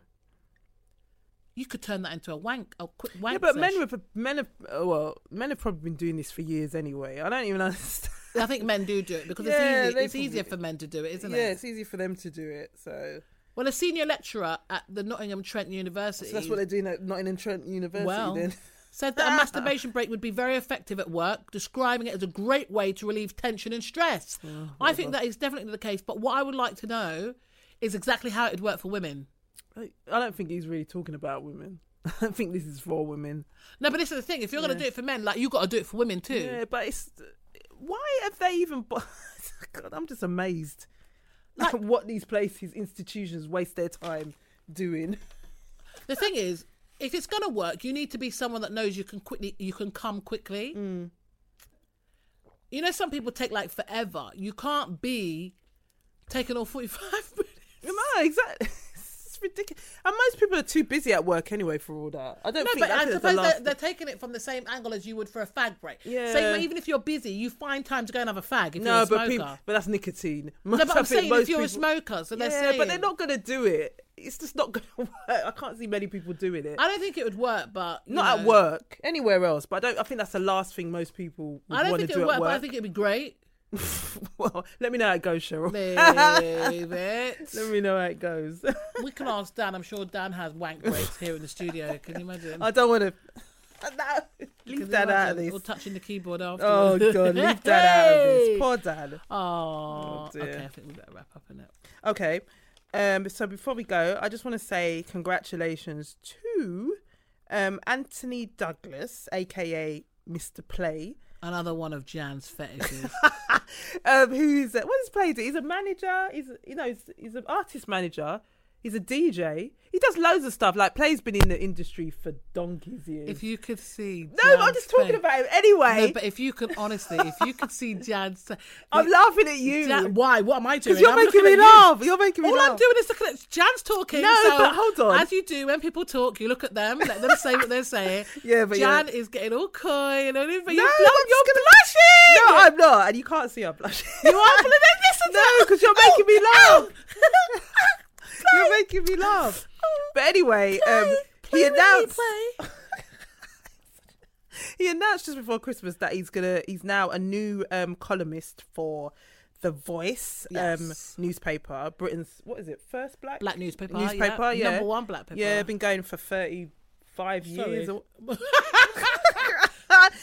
you could turn that into a wank, a quick wank. Yeah, but men sesh. have men have uh, well men have probably been doing this for years anyway. I don't even understand. I think men do do it because Yeah, it's easy. they It's easier probably- for men to do it, isn't yeah, it? it's easy for them to do it. So, Well, a senior lecturer at the Nottingham Trent University. so that's what they're doing at Nottingham Trent University. Well, then said that a masturbation break would be very effective at work, describing it as a great way to relieve tension and stress. I think that is definitely the case, but what I would like to know is exactly how it would work for women. I I don't think he's really talking about women. I think this is for women. No, but this is the thing. If you're going to do it for men, like you got to do it for women too. Yeah, but it's why have they even? bo- God, I'm just amazed. Like what these places, institutions waste their time doing. The thing is, if it's gonna work, you need to be someone that knows you can quickly, you can come quickly. You know, some people take like forever. You can't be taking all forty-five minutes. No, exactly. It's ridiculous. And most people are too busy at work anyway for all that. I don't No, think. but I I think that's suppose the they're, last they're taking it from the same angle as you would for a fag break. So Yeah. you- even if you're busy, you find time to go and have a fag if No, you're a but smoker. people, but that's nicotine. no, but I'm saying if you're a smoker, so yeah, they're saying. but they're not gonna do it. It's just not gonna work. I can't see many people doing it. I don't think it would work, but you not know. at work, anywhere else. But I don't. I think that's the last thing most people I would don't want to think it do would at work, but I work. think it'd be great. well, let me know how it goes, Cheryl. Leave it. Let me know how it goes. We can ask Dan. I'm sure Dan has wank breaks here in the studio. Can you imagine? I don't want to. Can Leave you that out of imagine? this. Or touching the keyboard Oh afterwards. god, leave that out of Hey! this. Poor dad. Oh, Oh, dear. okay. I think we better wrap up in it. Okay. Um, so before we go, I just want to say congratulations to um, Anthony Douglas, aka Mr. Play, Another one of Jan's fetishes. um, who's uh, what does Play do? He's a manager. He's you know he's, he's an artist manager. He's a DJ. He does loads of stuff. Like Play's been in the industry for donkey's years. if you could see. no, but I'm Jan's just talking face- about him anyway. No, but if you could honestly, if you could see Jan's, I'm laughing at you Jan, why? What am I doing? because you're I'm making looking at me you. laugh. You. are making me All laugh. I'm doing is looking at Jan's talking. No, so but hold on. As you do when people talk, you look at them, let them say what they're saying. Yeah, but you're- Jan is getting all coy and all that, but No, you're, I'm blush- just you're gonna- blushing. No, I'm not, and you can't see I'm blushing. You are, but then listen to- No, because you're making me Ow! laugh. you're making me laugh. But anyway, um, he Play with me, announced play. he announced just before Christmas that he's gonna he's now a new um, columnist for the Voice Yes. um, newspaper, Britain's what is it? First black Black newspaper. newspaper, yeah. yeah. Number one black paper. Yeah, been going for thirty five years. Or... if,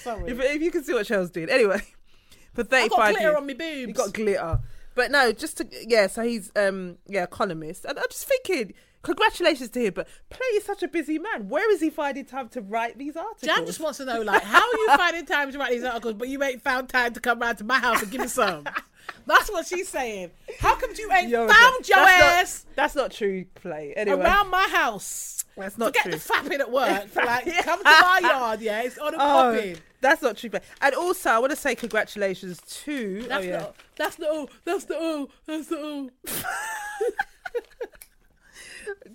if you can see what Cheryl's doing, anyway, for I've thirty got five years. glitter on my boobs. You got glitter. But no, just to yeah, so he's um yeah, columnist. And I'm just thinking, congratulations to him, but Play is such a busy man. Where is he finding time to write these articles? Jan just wants to know, like, how are you finding time to write these articles, but you ain't found time to come round to my house and give me some? That's what she's saying. How come you ain't Yo, found that's your not- ass that's not true, Play. Anyway. around my house? That's not Forget true. the fapping at work. Like, Yeah. come to my yard, yeah? It's on a Oh, popping. that's not true. Play. And also, I want to say congratulations to. That's oh, yeah. not. That's the oh. That's the oh. That's the oh.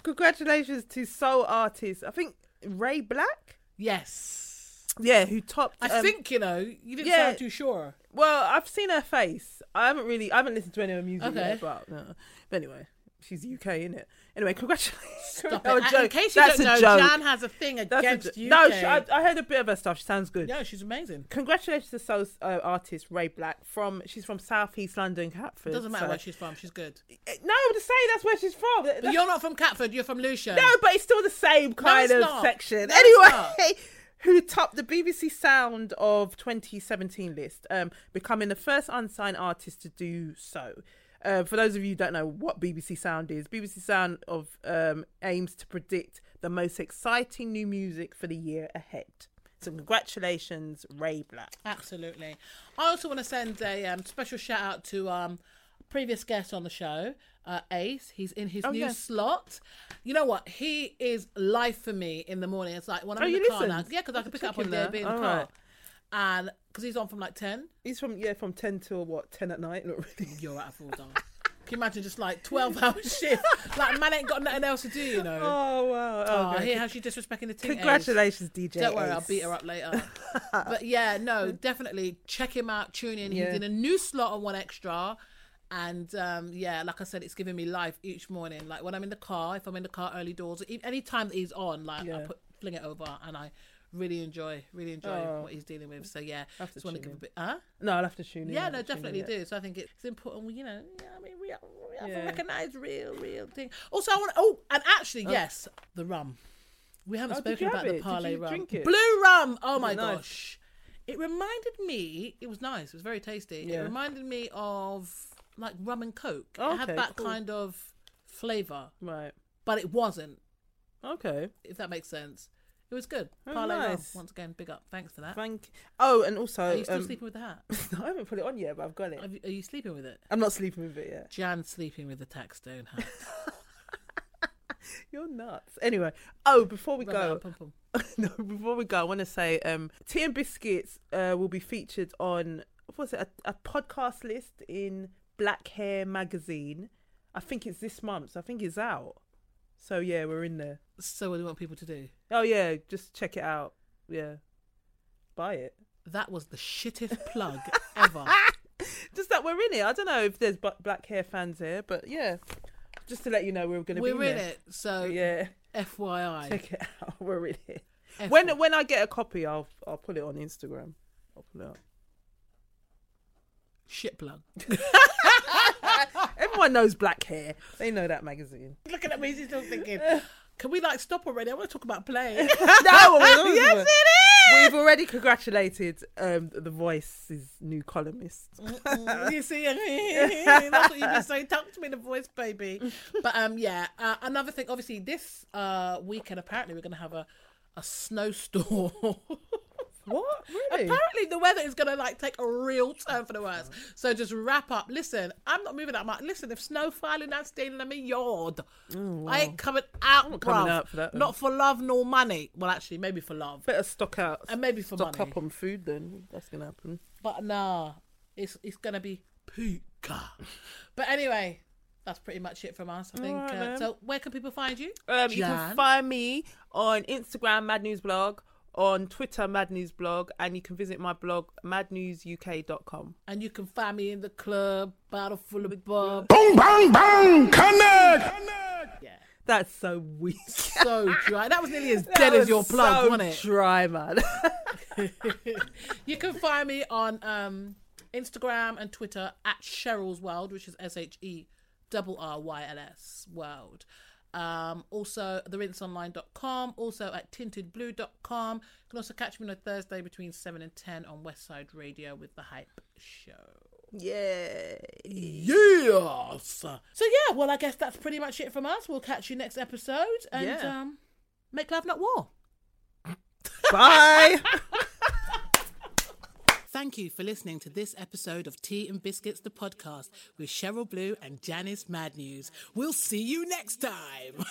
Congratulations to soul artist. I think Ray Black. Yes. Yeah, who topped. I um, think you know. Oh, You didn't yeah. sound too sure. Well, I've seen her face. I haven't really. I haven't listened to any of her music Okay. yet, but, no. but anyway, she's UK, isn't it? Anyway, congratulations. Stop Oh, it. And joke. Uh, In case you That's don't a know, joke. Jan has a thing That's a against jo- you. No, she, I, I heard a bit of her stuff. She sounds good. no, she's amazing. Congratulations to soul uh, artist Ray Black from. She's from South East London, Catford. It doesn't matter so- where she's from. She's good. Eh, No, I'm just saying that's where she's from. But That- that's- you're not from Catford. You're from Lucia. no, but it's still the same kind it's of not. section. No, it's not. anyway, who topped the BBC Sound of 2017 list, um, becoming the first unsigned artist to do so. Uh, for those of you who don't know what BBC Sound is, BBC Sound of um, aims to predict the most exciting new music for the year ahead. So congratulations, Ray Black. Absolutely. I also want to send a um, special shout out to um, previous guest on the show, uh, Ace. He's in his new yeah. slot. You know what? He is life for me in the morning. It's like when I'm Oh, in you the car now. listened? Yeah, because I can pick it up on Particular. DAB in the All car. right. And because he's on from like 10, He's from yeah, from ten till what ten at night. Not really. you're out of order. Can you imagine just like 12 hour shift? Oh, Like, man ain't got nothing else to do, you know? Oh wow! Oh, Oh, I okay. hear how she disrespecting the team. Ace. Congratulations, DJ. Don't worry, I'll Ace. beat her up later. but yeah, no, definitely check him out. Tune in. Yeah. He's in a new slot on One Extra. And um, yeah, like I said, it's giving me life each morning. Like when I'm in the car, if I'm in the car early doors, e- any time that he's on, like I Yeah. put fling it over, and I really enjoy, really enjoy what he's dealing with. So yeah, have to just want to give tune a in. bit, huh? No, I'll have to tune in. Yeah, I'll no, have to tune in, definitely yeah. do. So I think it's important. we- You know, yeah, I mean, we, we have to Yeah. recognise real, real thing. Also, I want. Oh, and actually, yes, the rum. We haven't Oh, did spoken you about have it? the Did parlay you rum. drink it? Blue rum. Oh my it nice? gosh, it reminded me. It was nice. It was very tasty. It Yeah. reminded me of like rum and coke. it had Okay, that cool. kind of flavour, Right. but it wasn't. Okay. If that makes sense, it was good. Oh, parlay rum. nice. Once again, big up. Thanks for that. Thank. Oh, and also, Uh, Are you still um, sleeping with the hat? I haven't put it on yet, but I've got it. Are you, are you sleeping with it? I'm not sleeping with it yet. Jan sleeping with the tax stone hat. You're nuts. Anyway, oh, before we Rub it go, up, pum, pum. no, before we go, I want to say um, Tea and Biscuits uh, will be featured on what was it a, a podcast list in Black Hair magazine. I think it's this month. So I think it's out. So yeah, we're in there. So what do you want people to do? Oh yeah, just check it out. Yeah, buy it. That was the shittest plug ever. Just that we're in it. I don't know if there's bu- black hair fans here, but yeah, just to let you know we're going to be We're in there. Oh, it. So Yeah, FYI. check it out. We're in it. F- When when I get a copy, I'll I'll put it on Instagram. I'll put it up. shit plug. Everyone knows black hair. They know that magazine. Looking at me, she's still thinking. Can we like stop already? I want to talk about play. yes, We've already congratulated um, the Voice's new columnist. Mm. you see, that's what you've been saying. Talk to me, in the voice, baby. But um, yeah. Uh, another thing, obviously, this uh weekend apparently we're gonna have a a snowstorm. What? Really? Apparently the weather is gonna like take a real turn for the worse. So just wrap up. Listen, I'm not moving that much. Listen, if snow falling, I'm staying in my Oh, yard. I ain't coming out. I'm not coming out for that, Not for love nor money. Well, actually, maybe for love Better stock out. and maybe for stock money. up on food then. That's gonna happen. But nah, it's it's gonna be puka. But anyway, that's pretty much it from us. I think. right, uh, then. so where can people find you? Um, you Jan? can find me on Instagram, Mad News Blog, on Twitter, Mad News Blog, and you can visit my blog, madnewsuk.com. And you can find me in the club, bottle full of bub. Boom, bang, bang, connect! Yeah, That's so weak. so dry. That was nearly as That dead as was your plug, so wasn't it? Dry man. You can find me on um, Instagram and Twitter at Cheryl's World, which is S H E double R Y L S World. Um, also, therinceonline.com, also at tintedblue.com. You can also catch me on a Thursday between 7 and 10 on Westside Radio with The Hype Show. yeah. Yes! So, yeah, well, I guess that's pretty much it from us. We'll catch you next episode and Yeah. um, make love, not war. Bye. Thank you for listening to this episode of Tea and Biscuits, the podcast with Cheryl Blue and Janice Mad News. We'll see you next time.